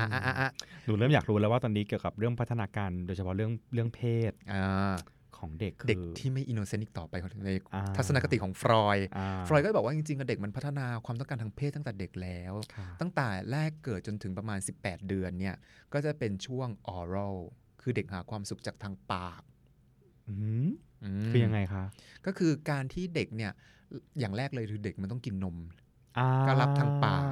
[SPEAKER 2] อ่ะอ่ะอ่ะอ่ะ
[SPEAKER 1] หนูเริ่มอยากรู้แล้วว่าตอนนี้เกี่ยวกับเรื่องพัฒนาการโดยเฉพาะเรื่องเรื่องเพศ
[SPEAKER 2] อ่า
[SPEAKER 1] ของเด็กคือ
[SPEAKER 2] เด็กที่ไม่อินโนเซนต์อีกต่อไปใน
[SPEAKER 1] อ่า
[SPEAKER 2] ทัศนคติของฟรอยด์
[SPEAKER 1] า
[SPEAKER 2] ฟรอยด์ก็บอกว่าจริงๆอะเด็กมันพัฒนาความต้องการทางเพศตั้งแต่เด็กแล้ว
[SPEAKER 1] ค่ะ
[SPEAKER 2] ตั้งแต่แรกเกิดจนถึงประมาณ 18 เดือนเนี่ยก็จะเป็นช่วงออรัลคือเด็กหาความสุขจากทางปาก
[SPEAKER 1] อืม
[SPEAKER 2] ม
[SPEAKER 1] คือยังไงคะ
[SPEAKER 2] ก็คือการที่เด็กเนี่ยอย่างแรกเลยคือเด็กมันต้องกินนม
[SPEAKER 1] อ่า
[SPEAKER 2] ก็รับทางปาก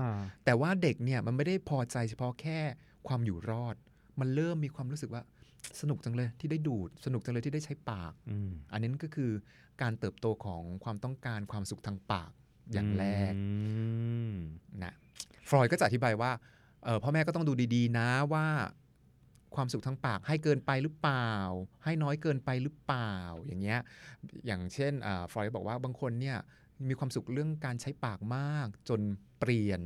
[SPEAKER 2] แต่ว่าเด็กเนี่ยมันไม่ได้พอใจเฉพาะแค่ความอยู่รอด มันเริ่มมีความรู้สึกว่าสนุกจังเลยที่ได้ดูด สนุกจังเลยที่ได้ใช้ปาก
[SPEAKER 1] อืม
[SPEAKER 2] อันนี้ก็คือการเติบโตของความต้องการความสุขทางปากอย่างแรก
[SPEAKER 1] อืม
[SPEAKER 2] นะฟรอยด์ก็จะอธิบายว่าเอ่อพ่อแม่ก็ต้องดูดีๆ นะว่าความสุขทางปากให้เกินไปหรือเปล่า ให้น้อยเกินไปหรือเปล่าอย่างเงี้ยอย่างเช่นเอ่อฟรอยด์บอกว่าบางคนเนี่ยมีความสุขเรื่องการใช้ปากมากจนเปลี่ยน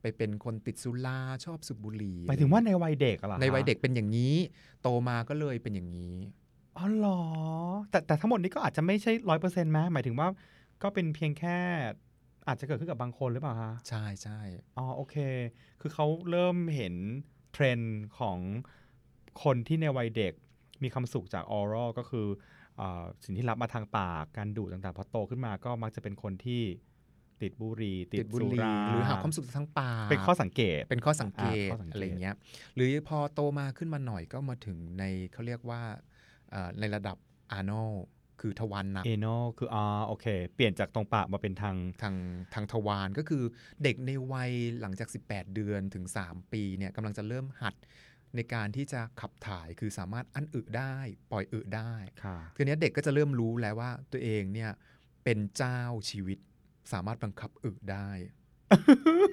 [SPEAKER 2] ไปเป็นคนติดสุราชอบสูบบุหรี่
[SPEAKER 1] หมายถึงว่าในวัยเด็กอะเหรอ
[SPEAKER 2] ในวัยเด็
[SPEAKER 1] ฮะ
[SPEAKER 2] กเป็นอย่างนี้ โตมาก็เลยเป็นอย่างนี้
[SPEAKER 1] อ๋อเหรอ แต่แต่ทั้งหมดนี้ก็อาจจะไม่ใช่ร้อยเปอร์เซ็นต์ไหมหมายถึงว่าก็เป็นเพียงแค่อาจจะเกิดขึ้นกับบางคนหรือเปล่าฮะ
[SPEAKER 2] ใช่ใช่
[SPEAKER 1] อ๋อโอเค คือเขาเริ่มเห็นเทรนด์ของคนที่ในวัยเด็กมีความสุขจากออร l ก็คืออาสิ่งที่รับมาทางปากการดูดต่างๆ พอโตขึ้นมาก็มักจะเป็นคนที่ติดบุหรี่ติดสุรา
[SPEAKER 2] หรือหาความสุขทางปาก
[SPEAKER 1] เป็นข้อสังเกต
[SPEAKER 2] เป็นข้อสังเกต
[SPEAKER 1] อ่าข้อสังเกต
[SPEAKER 2] อะไรเงี้ยหรือพอโตมาขึ้นมาหน่อยก็มาถึงในเขาเรียกว่าเอ่อในระดับอาร์โนคือทวารหนัก
[SPEAKER 1] เอโนคืออ่าโอเค เปลี่ยนจากตรงปากมาเป็นทาง
[SPEAKER 2] ทางทางทวารก็คือเด็กในวัยหลังจาก 18 เดือนถึง 3 ปีเนี่ยกำลังจะเริ่มหัดในการที่จะขับถ่ายคือสามารถอั้นอึได้ปล่อยอึได้
[SPEAKER 1] ค่ะ
[SPEAKER 2] ทีเนี้ยเด็กก็จะเริ่มรู้แล้วว่าตัวเองเนี่ยเป็นเจ้าชีวิตสามารถบังคับอึได้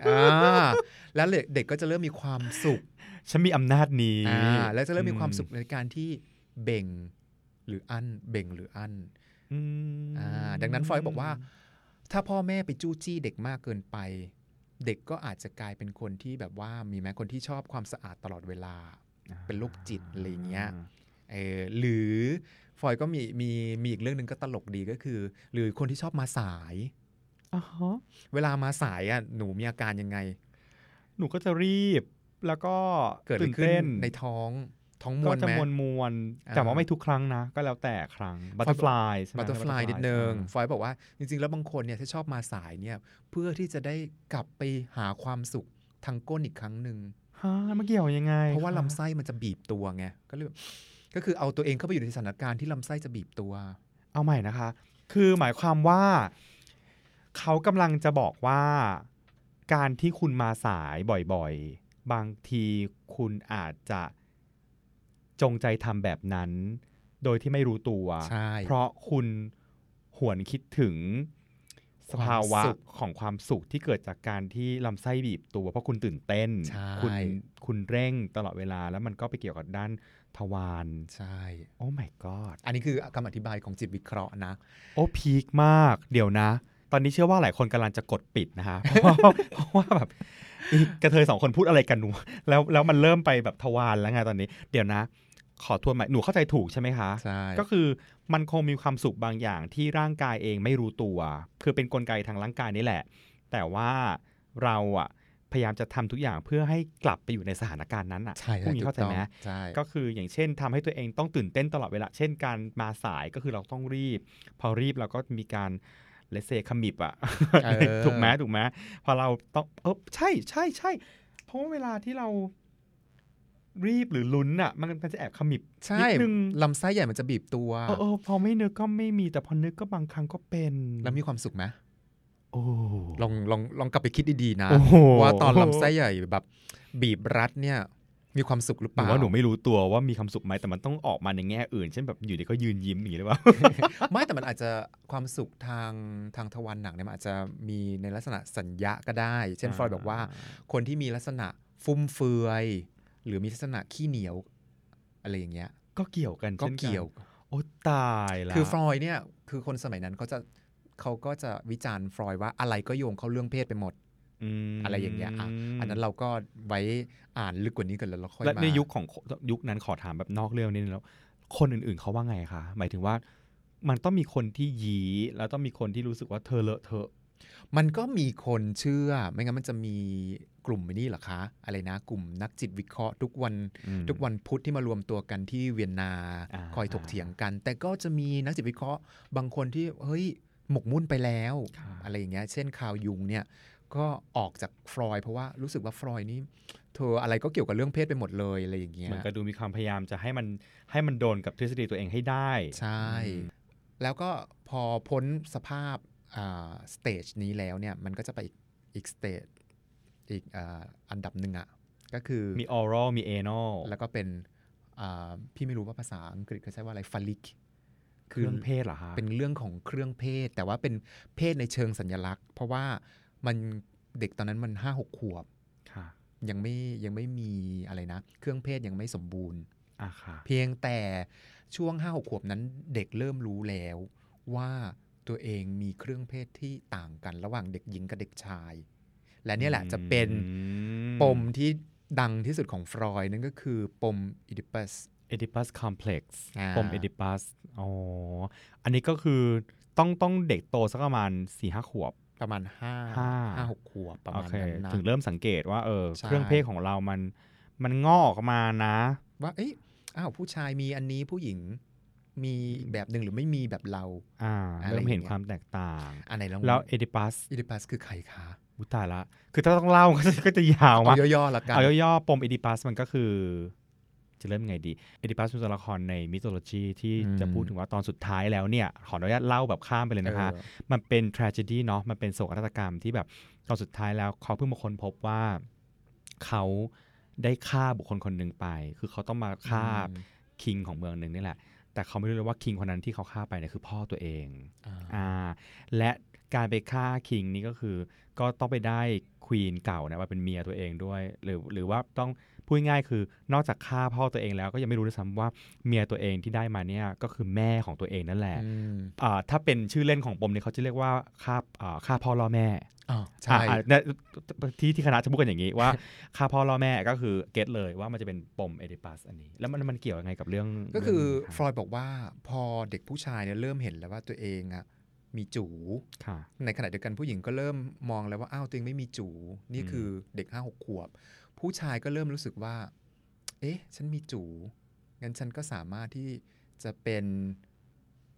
[SPEAKER 2] อ่าแล้วเด็กก็จะเริ่มมีความ สุข
[SPEAKER 1] ฉันมีอำนาจนี้
[SPEAKER 2] อ่าแล้วจะเริ่มมีความสุข
[SPEAKER 1] อื
[SPEAKER 2] ในการที่เบ่งหรืออั้นเบ่งหรืออั้น
[SPEAKER 1] อืม
[SPEAKER 2] อ่าดังนั้นฟรอยด์บอกว่า ถ้าพ่อแม่ไปจู้จี้เด็กมากเกินไป เด็กก็อาจจะกลายเป็นคนที่แบบว่ามีไหมคนที่ชอบความสะอาดตลอดเวลา เป็นโรคจิตอะไรอย่างเงี้ย เออหรือฟรอยด์ก็มีมีมีอีกเรื่องหนึ่งก็ตลกดีก็คือ หรือคนที่ชอบมาสาย
[SPEAKER 1] อ่าฮะ
[SPEAKER 2] เวลามาสายอ่ะหนูมีอาการยังไง
[SPEAKER 1] หนูก็จะรีบแล้วก็
[SPEAKER 2] เกิดอะไร
[SPEAKER 1] ตื่น
[SPEAKER 2] ขึ้
[SPEAKER 1] เต้
[SPEAKER 2] น
[SPEAKER 1] น
[SPEAKER 2] ในท้องท้องม
[SPEAKER 1] ก็
[SPEAKER 2] วน
[SPEAKER 1] จะ
[SPEAKER 2] ไหม
[SPEAKER 1] มวลมวล
[SPEAKER 2] อ่า
[SPEAKER 1] แต่ว่าไม่ทุกครั้งนะ ก็แล้วแต่ครั้งบัตเตอร์ฟลายใช่ไหม
[SPEAKER 2] บัตเตอร์ฟลาย
[SPEAKER 1] butterfly
[SPEAKER 2] นิดนึง
[SPEAKER 1] อ่า
[SPEAKER 2] ฟรอยด์บอกว่าจริงๆ แล้วบางคนเนี่ยที่ชอบมาสายเนี่ยเพื่อที่จะได้กลับไปหาความสุขทางก้นอีกครั้งหนึ่ง
[SPEAKER 1] ฮะมันเกี่ยวยังไง
[SPEAKER 2] เพราะว่า
[SPEAKER 1] ค
[SPEAKER 2] ลำไส้มันจะบีบตัวไงก็เลยแบบก็คือเอาตัวเองเข้าไปอยู่ในสถานการณ์ที่ลำไส้จะบีบตัว
[SPEAKER 1] เอาใหม่นะคะ คือหมายความว่า เขากำลังจะบอกว่า การที่คุณมาสายบ่อยๆ บางทีคุณอาจจะจงใจทำแบบนั้น โดยที่ไม่รู้ตัว
[SPEAKER 2] ใช่
[SPEAKER 1] เพราะคุณหวนคิดถึงสภาวะ
[SPEAKER 2] ความสุข
[SPEAKER 1] ของความสุขที่เกิดจากการที่ลำไส้บีบตัว เพราะคุณตื่นเต้น
[SPEAKER 2] ใช่
[SPEAKER 1] คุณคุณเร่งตลอดเวลาแล้วมันก็ไปเกี่ยวกับด้านทวาร
[SPEAKER 2] ใช่
[SPEAKER 1] โอ้ my god
[SPEAKER 2] อันนี้คือคำอธิบายของจิตวิเคราะห์นะ
[SPEAKER 1] โอ้พีคมาก เดี๋ยวนะ ตอนนี้เชื่อว่าหลายคนกำลังจะกดปิดนะฮ ะ เพราะว่าเพราะว่าแบบอีกระเทยสองคนพูดอะไรกันหนูแล้วแล้วมันเริ่มไปแบบทวารแล้วไงตอนนี้ เดี๋ยวนะ ขอทวนใหม่หนูเข้าใจถูกใช่ไหมคะ
[SPEAKER 2] ใช่
[SPEAKER 1] ก็คือมันคงมีความสุขบางอย่างที่ร่างกายเองไม่รู้ตัว คือเป็นกลไกทางร่างกายนี่แหละ แต่ว่าเราอ่ะพยายามจะทำทุกอย่างเพื่อให้กลับไปอยู่ในสถานการณ์นั้นอ่ะ
[SPEAKER 2] ใช่
[SPEAKER 1] พวกนี้
[SPEAKER 2] ถู
[SPEAKER 1] เข้าก ใจ
[SPEAKER 2] ต้อง
[SPEAKER 1] ไหม
[SPEAKER 2] ใช่
[SPEAKER 1] ก็คืออย่างเช่นทำให้ตัวเองต้องตื่นเต้นตลอดเวลา เช่นการมาสายก็คือเราต้องรีบ พอรีบเราก็มีการเลเซคมิบอ่ะ
[SPEAKER 2] เออ
[SPEAKER 1] ถูกไหมถูกไหมพอเราต้องเออใช่ใช่ใช่เพราะว่าเวลาที่เรารีบหรือลุ้นอ่ะ มันมันจะแอบขมิบ
[SPEAKER 2] ใช่
[SPEAKER 1] นิดนึง
[SPEAKER 2] ลำไส้ใหญ่มันจะบีบตัว
[SPEAKER 1] เออเออพอไม่นึกก็ไม่มีแต่พอนึกก็บางครั้งก็เป็น
[SPEAKER 2] แล้วมีความสุขไหม
[SPEAKER 1] โอ้
[SPEAKER 2] ลองลองลองกลับไปคิดดีๆนะ
[SPEAKER 1] โอ้โห
[SPEAKER 2] ว่าตอนลำไส้ใหญ่แบบบีบรัดเนี่ย มีความสุขหรือ
[SPEAKER 1] ห
[SPEAKER 2] เป
[SPEAKER 1] นู
[SPEAKER 2] ล่า
[SPEAKER 1] ว่าหนูไม่รู้ตัวว่ามีความสุขไหมแต่มันต้องออกมาในแง่อื่นเช่นแบบอยู่ดีก็ยืนยิ้มอย่างนี้หรือเปล่า
[SPEAKER 2] ไม่แต่มันอาจจะความสุขทางทางทวารหนักเนี่ยมันอาจจะมีในลักษณะสัญญะก็ได้ เช่นฟรอยด์บอกว่า คนที่มีลักษณะฟุ่มเฟือย หรือมีลักษณะขี้เหนียวอะไรอย่างเงี้ย
[SPEAKER 1] ก็เกี่ยวกัน
[SPEAKER 2] ก็
[SPEAKER 1] ช่นน
[SPEAKER 2] เกี่ยว
[SPEAKER 1] โอ้ตายละ
[SPEAKER 2] คือฟรอยด์เนี่ยคือคนสมัยนั้นเขาจะเขาก็จะวิจารณ์ฟรอยด์ว่าอะไรก็โยงเข้าเรื่องเพศไปหมด
[SPEAKER 1] ม
[SPEAKER 2] อะไรอย่างเงี้ยะ อันนั้นเราก็ไว้อ่านลึกกว่านี้กันแล้วเราค่อย
[SPEAKER 1] และ
[SPEAKER 2] มา
[SPEAKER 1] ในยุคของยุคนั้นขอถามแบบนอกเรื่องนิดนึงแล้วคนอื่นๆเขาว่าไงคะหมายถึงว่า มันต้องมีคนที่หยีแล้วต้องมีคนที่รู้สึกว่าเธอเลอะเทอะ
[SPEAKER 2] มันก็มีคนเชื่อ ไม่งั้นมันจะมีกลุ่มไอ้นี่เหรอคะ อะไรนะ กลุ่มนักจิตวิเคราะห์ทุกวัน ทุกวันพุธที่มารวมตัวกันที่เวียนนา
[SPEAKER 1] อ่า
[SPEAKER 2] คอยถกเถียงกัน แต่ก็จะมีนักจิตวิเคราะห์ บางคนที่เฮ้ยหมกมุ่นไปแล้ว
[SPEAKER 1] ค่ะ
[SPEAKER 2] อะไรอย่างเงี้ย เช่นคาวยุงเนี่ย ก็ออกจากฟรอยด์เพราะว่ารู้สึกว่าฟรอยด์นี่เธออะไรก็เกี่ยวกับเรื่องเพศไปหมดเลยอะไรอย่างเงี้ย
[SPEAKER 1] มันก็ดูมีความพยายามจะให้มันให้มันโดนกับทฤษฎีตัวเองให้ได้
[SPEAKER 2] ใช่ แล้วก็พอพ้นสภาพสเตจนี้แล้วเนี่ย มันก็จะไปอีกสเตจอีกอาอันดับหนึ่งอะ ก็คือ
[SPEAKER 1] มี oral มี anal
[SPEAKER 2] แล้วก็เป็นอ่าพี่ไม่รู้ว่าภาษาอังกฤษเขาใช้ว่าอะไรฟัลิก
[SPEAKER 1] เครื่องเพศเหรอฮะ
[SPEAKER 2] เป็นเรื่องของเครื่องเพศ แต่ว่าเป็นเพศในเชิงสัญลักษณ์ เพราะว่ามันเด็กตอนนั้นมันห้าหกขวบ
[SPEAKER 1] ค่ะ
[SPEAKER 2] ยังไม่ยังไม่มีอะไรนะ เครื่องเพศยังไม่สมบูรณ์
[SPEAKER 1] อ่ะค่ะ
[SPEAKER 2] เพียงแต่ช่วงห้าหกขวบนั้นเด็กเริ่มรู้แล้ว ว่าตัวเองมีเครื่องเพศที่ต่างกันระหว่างเด็กหญิงกับเด็กชาย และเนี่ยแหละจะเป็น
[SPEAKER 1] อืม
[SPEAKER 2] ปมที่ดังที่สุดของฟรอยด์นั่นก็คือปมอิดิปัส
[SPEAKER 1] Oedipus complex
[SPEAKER 2] อ่า
[SPEAKER 1] ปม Oedipus อ๋อ อันนี้ก็คือต้องต้องเด็กโตสักประมาณ4ี่ห้าขวบ
[SPEAKER 2] ประมาณห้า
[SPEAKER 1] ห้า
[SPEAKER 2] ห้าหกขวบประ
[SPEAKER 1] โอ
[SPEAKER 2] มาณ
[SPEAKER 1] เค
[SPEAKER 2] นั้นนะ
[SPEAKER 1] ถึงเริ่มสังเกตว่าเออ
[SPEAKER 2] ใช่
[SPEAKER 1] เครื่องเพศของเรามันมันงอกออกมานะ
[SPEAKER 2] ว่าเอ๊ะอ้าวผู้ชายมีอันนี้ผู้หญิงมีอีกแบบหนึ่งหรือไม่มีแบบเรา
[SPEAKER 1] อ่า
[SPEAKER 2] อะไรอย่างเงี้ย
[SPEAKER 1] เริ่มเห็นความแตกต่าง
[SPEAKER 2] อันไหนลอง
[SPEAKER 1] แล้ว Oedipus
[SPEAKER 2] อิดิปัสคือใครคะ
[SPEAKER 1] อุยตายละ คือถ้าต้องเล่า ก็จะก็จะยาวมาก
[SPEAKER 2] เอาย่อๆละกัน
[SPEAKER 1] เอาย่อๆปม Oedipus มันก็คือ จะเริ่มยังไงดี Oedipus เป็นตัวละครในมิโ o โลจีที่
[SPEAKER 2] อืม
[SPEAKER 1] จะพูดถึงว่าตอนสุดท้ายแล้วเนี่ย ขออนุญาตเล่าแบบข้ามไปเลยนะคะ
[SPEAKER 2] เออ
[SPEAKER 1] มันเป็น tragedy เนาะ มันเป็นโศกนาฏกรรมที่แบบตอนสุดท้ายแล้วเขาเพิ่งมาค้นพบว่าเขาได้ฆ่าบุคคลคนหนึ่งไป คือเขาต้องมาฆ่า
[SPEAKER 2] อืม
[SPEAKER 1] คิงของเมืองหนึ่งนี่แหละ แต่เขาไม่รู้เลยว่าคิงคนนั้นที่เขาฆ่าไปเนี่ยคือพ่อตัวเอง
[SPEAKER 2] อ่า
[SPEAKER 1] อ่า และการไปฆ่าคิงนี่ก็คือ ก็ต้องไปได้ควีนเก่านะมาเป็นเมียตัวเองด้วย หรือหรือว่าต้องพูดง่ายๆคือนอกจากฆ่าพ่อตัวเองแล้วก็ยังไม่รู้ด้วยซ้ำว่าเมียตัวเองที่ได้มาเนี่ยก็คือแม่ของตัวเองนั่นแหละ
[SPEAKER 2] อืม
[SPEAKER 1] อ่าถ้าเป็นชื่อเล่นของปมเนี่ยเขาจะเรียกว่าฆ่าอ่าฆ่าพ่อล่อแม่
[SPEAKER 2] อ๋อใช่
[SPEAKER 1] อ่าเนี่ยที่ที่คณะจะพูดกันอย่างนี้ว่า ฆ่าพ่อล่อแม่ก็คือเก็ตเลยว่ามันจะเป็นปมเอดิปัสอันนี้ แล้วมันมันเกี่ยวยังไงกับเรื่อง
[SPEAKER 2] ก็คือฟ
[SPEAKER 1] เรื่
[SPEAKER 2] ร
[SPEAKER 1] องนี้
[SPEAKER 2] อยด์บอกว่าพอเด็กผู้ชายเนี่ยเริ่มเห็นแล้วว่าตัวเองอะมีจู
[SPEAKER 1] ค่ะ
[SPEAKER 2] ในขณะเดียวกันผู้หญิงก็เริ่มมองแล้วว่าอ้าวตัวเองไม่มีจูนี่
[SPEAKER 1] อืม
[SPEAKER 2] คือเด็กห้าหกขวบ ผู้ชายก็เริ่มรู้สึกว่า เอ๊ะ ฉันมีจูงั้นฉันก็สามารถที่จะเป็น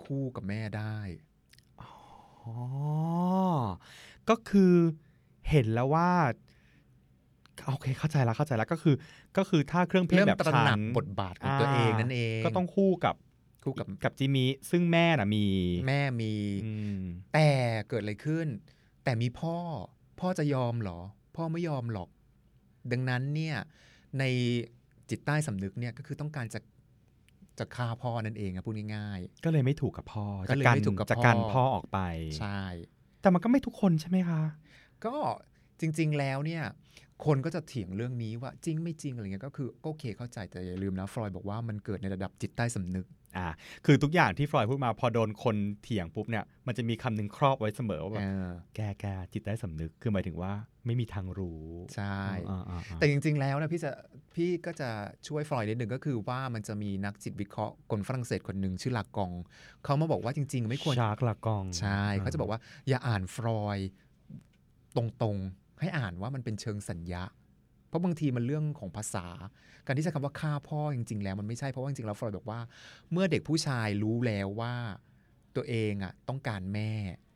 [SPEAKER 2] คู่กับแม่ได้
[SPEAKER 1] อ๋อ ก็คือเห็นแล้วว่า โอเคเข้าใจแล้วเข้าใจแล้วก็คือ ก็คือถ้าเครื่องเพศ
[SPEAKER 2] เริ่ม
[SPEAKER 1] แบบ
[SPEAKER 2] ตระ
[SPEAKER 1] ฉั
[SPEAKER 2] หนัก
[SPEAKER 1] น
[SPEAKER 2] บทบาทของตัวเองนั่นเอง
[SPEAKER 1] ก็ต้องคู่กับ
[SPEAKER 2] คู่กับ
[SPEAKER 1] กับจิมิซึ่งแม่น่ะมี
[SPEAKER 2] แม่มี
[SPEAKER 1] อืม
[SPEAKER 2] แต่เกิดอะไรขึ้น แต่มีพ่อ พ่อจะยอมเหรอ พ่อไม่ยอมหรอก ดังนั้นเนี่ยในจิตใต้สำนึกเนี่ยก็คือต้องการจะจะฆ่าพ่อนั่นเองอะพูดง่าย
[SPEAKER 1] ก็เลยไม่ถูกกับพ่อ
[SPEAKER 2] ก็เลยไม่ถูกกับ
[SPEAKER 1] จะกัน
[SPEAKER 2] พ่อ
[SPEAKER 1] พ่อออกไป
[SPEAKER 2] ๆ ใช่
[SPEAKER 1] แต่มันก็ไม่ทุกคนใช่ไหมคะ
[SPEAKER 2] ก็จริง ๆ แล้วเนี่ย คนก็จะเถียงเรื่องนี้ว่าจริงไม่จริงอะไรเงี้ยก็คือก็โอเคเข้าใจแต่อย่าลืมนะฟรอยด์บอกว่ามันเกิดในระดับจิตใต้สำนึก
[SPEAKER 1] อ่า คือทุกอย่างที่ฟลอยด์พูดมาพอโดนคนเถียงปุ๊บเนี่ย มันจะมีคำหนึ่งครอบไว้เสมอว่าแบบ
[SPEAKER 2] เออ
[SPEAKER 1] แกแกจิตใต้สำนึก คือหมายถึงว่าไม่มีทางรู้
[SPEAKER 2] ใช่
[SPEAKER 1] อ่าอ่าอ่า
[SPEAKER 2] แต่จริง ๆ แล้วนะพี่จะพี่ก็จะช่วยฟลอยด์นิดหนึ่งก็คือว่ามันจะมีนักจิตวิเคราะห์คนฝรั่งเศสคนหนึ่งชื่อลากอง เขามาบอกว่าจริง ๆ ไม่ควร
[SPEAKER 1] ชาร์กละกอง
[SPEAKER 2] ใช่ เขาจะบอกว่าอย่าอ่านฟลอยด์ตรงๆ ให้อ่านว่ามันเป็นเชิงสัญญา เพราะบางทีมันเรื่องของภาษา การที่ใช้คำว่าฆ่าพ่อจริง ๆ แล้วมันไม่ใช่เพราะว่าจริงๆแล้วฟลอยด์บอกว่า เมื่อเด็กผู้ชายรู้แล้วว่าตัวเองอ่ะต้องการแม่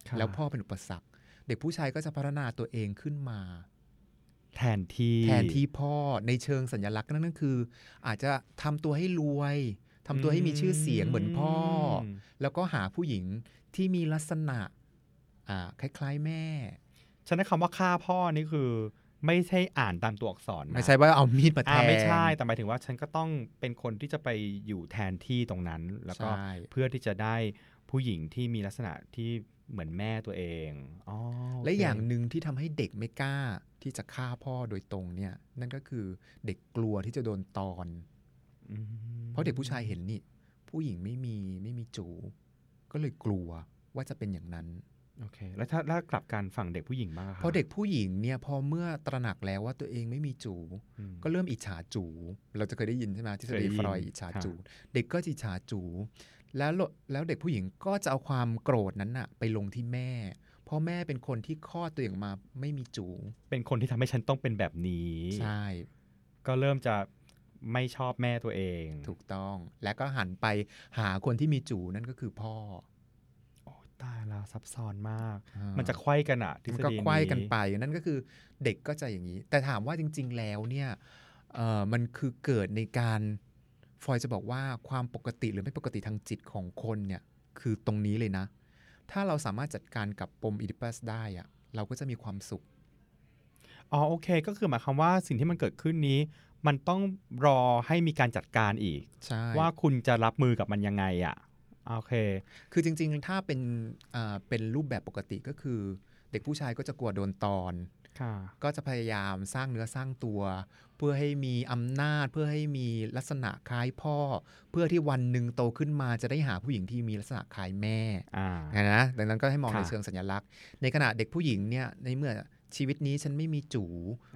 [SPEAKER 1] ค่ะ
[SPEAKER 2] แล้วพ่อเป็นอุปสรรค เด็กผู้ชายก็จะพัฒนาตัวเองขึ้นมา
[SPEAKER 1] แทนที่
[SPEAKER 2] แทนที่พ่อในเชิงสัญลักษณ์นั่นก็คือ อาจจะทำตัวให้รวยทำตัวให้มีชื่อเสียงเหมือนพ่ออ
[SPEAKER 1] ม
[SPEAKER 2] แล้วก็หาผู้หญิงที่มีลักษณะอ่าคล้าย ๆ แม่
[SPEAKER 1] ฉะนั้นคำว่าฆ่าพ่อนี่คือ ไม่ใช่อ่านตามตัวอักษรนะ
[SPEAKER 2] ไม่ใช่ว่าเอามีดมาแท
[SPEAKER 1] อ่าง ไม่ใช่ แต่หมายถึงว่าฉันก็ต้องเป็นคนที่จะไปอยู่แทนที่ตรงนั้น แล้วก็
[SPEAKER 2] ใช่
[SPEAKER 1] เพื่อที่จะได้ผู้หญิงที่มีลักษณะที่เหมือนแม่ตัวเองอ๋อโเค
[SPEAKER 2] และอย่างหนึ่งที่ทำให้เด็กไม่กล้าที่จะฆ่าพ่อโดยตรงเนี่ยนั่นก็คือเด็กกลัวที่จะโดนตอน
[SPEAKER 1] อืม
[SPEAKER 2] เพราะเด็กผู้ชายเห็นนี่ผู้หญิงไม่มีไม่มีจู ก็เลยกลัวว่าจะเป็นอย่างนั้น
[SPEAKER 1] โอเค แล้วถ้าถ้ากลับกันฝั่งเด็กผู้หญิงบ้างอะค
[SPEAKER 2] พอเด็กผู้หญิงเนี่ยพอเมื่อตระหนักแล้วว่าตัวเองไม่มีจู
[SPEAKER 1] อืม
[SPEAKER 2] ก็เริ่มอิจฉาจู เราจะเคยได้ยินใช่ไหมทฤษ
[SPEAKER 1] เคย
[SPEAKER 2] ฎี
[SPEAKER 1] ได้ยิน
[SPEAKER 2] ฟรอยด์อิจฉา
[SPEAKER 1] ค่ะ
[SPEAKER 2] จู เด็กก็จะอิจฉาจู แล้วโลแล้วเด็กผู้หญิงก็จะเอาความโกรธนั้นน่ะ ไปลงที่แม่ เพราะแม่เป็นคนที่คลอดตัวเองมาไม่มีจู
[SPEAKER 1] เป็นคนที่ทำให้ฉันต้องเป็นแบบนี้
[SPEAKER 2] ใช่
[SPEAKER 1] ก็เริ่มจะไม่ชอบแม่ตัวเอง
[SPEAKER 2] ถูกต้อง แล้วก็หันไปหาคนที่มีจูนั่นก็คือพ่อ
[SPEAKER 1] โอ้ตายละซับซ้อนมาก
[SPEAKER 2] อ่า
[SPEAKER 1] มันจะไขว้กันอะทฤษ
[SPEAKER 2] มัน
[SPEAKER 1] ฎี
[SPEAKER 2] ก็ไขว้กันไปนั่นก็คือเด็กก็จะอย่างนี้ แต่ถามว่าจริง ๆ แล้วเนี่ยเอ่อมันคือเกิดในการฟรอยด์จะบอกว่าความปกติหรือไม่ปกติทางจิตของคนเนี่ยคือตรงนี้เลยนะ ถ้าเราสามารถจัดการกับปมอิดิปัสได้อะเราก็จะมีความสุข
[SPEAKER 1] อ๋อโอเค ก็คือหมายความว่าสิ่งที่มันเกิดขึ้นนี้ มันต้องรอให้มีการจัดการอีก
[SPEAKER 2] ใช่
[SPEAKER 1] ว่าคุณจะรับมือกับมันยังไงอ่ะโอเค
[SPEAKER 2] คือจริง ๆ ถ้าเป็นอ่าเป็นรูปแบบปกติก็คือ เด็กผู้ชายก็จะกลัวโดนตอน
[SPEAKER 1] ค่ะ
[SPEAKER 2] ก็จะพยายามสร้างเนื้อสร้างตัว เพื่อให้มีอำนาจ เพื่อให้มีลักษณะคล้ายพ่อ เพื่อที่วันหนึ่งโตขึ้นมาจะได้หาผู้หญิงที่มีลักษณะคล้ายแม่
[SPEAKER 1] อ่า
[SPEAKER 2] นะนะดังนั้นก็ให้มอง
[SPEAKER 1] ค่ะ
[SPEAKER 2] ในเชิงสัญลักษณ์ ในขณะเด็กผู้หญิงเนี่ยในเมื่อชีวิตนี้ฉันไม่มีจู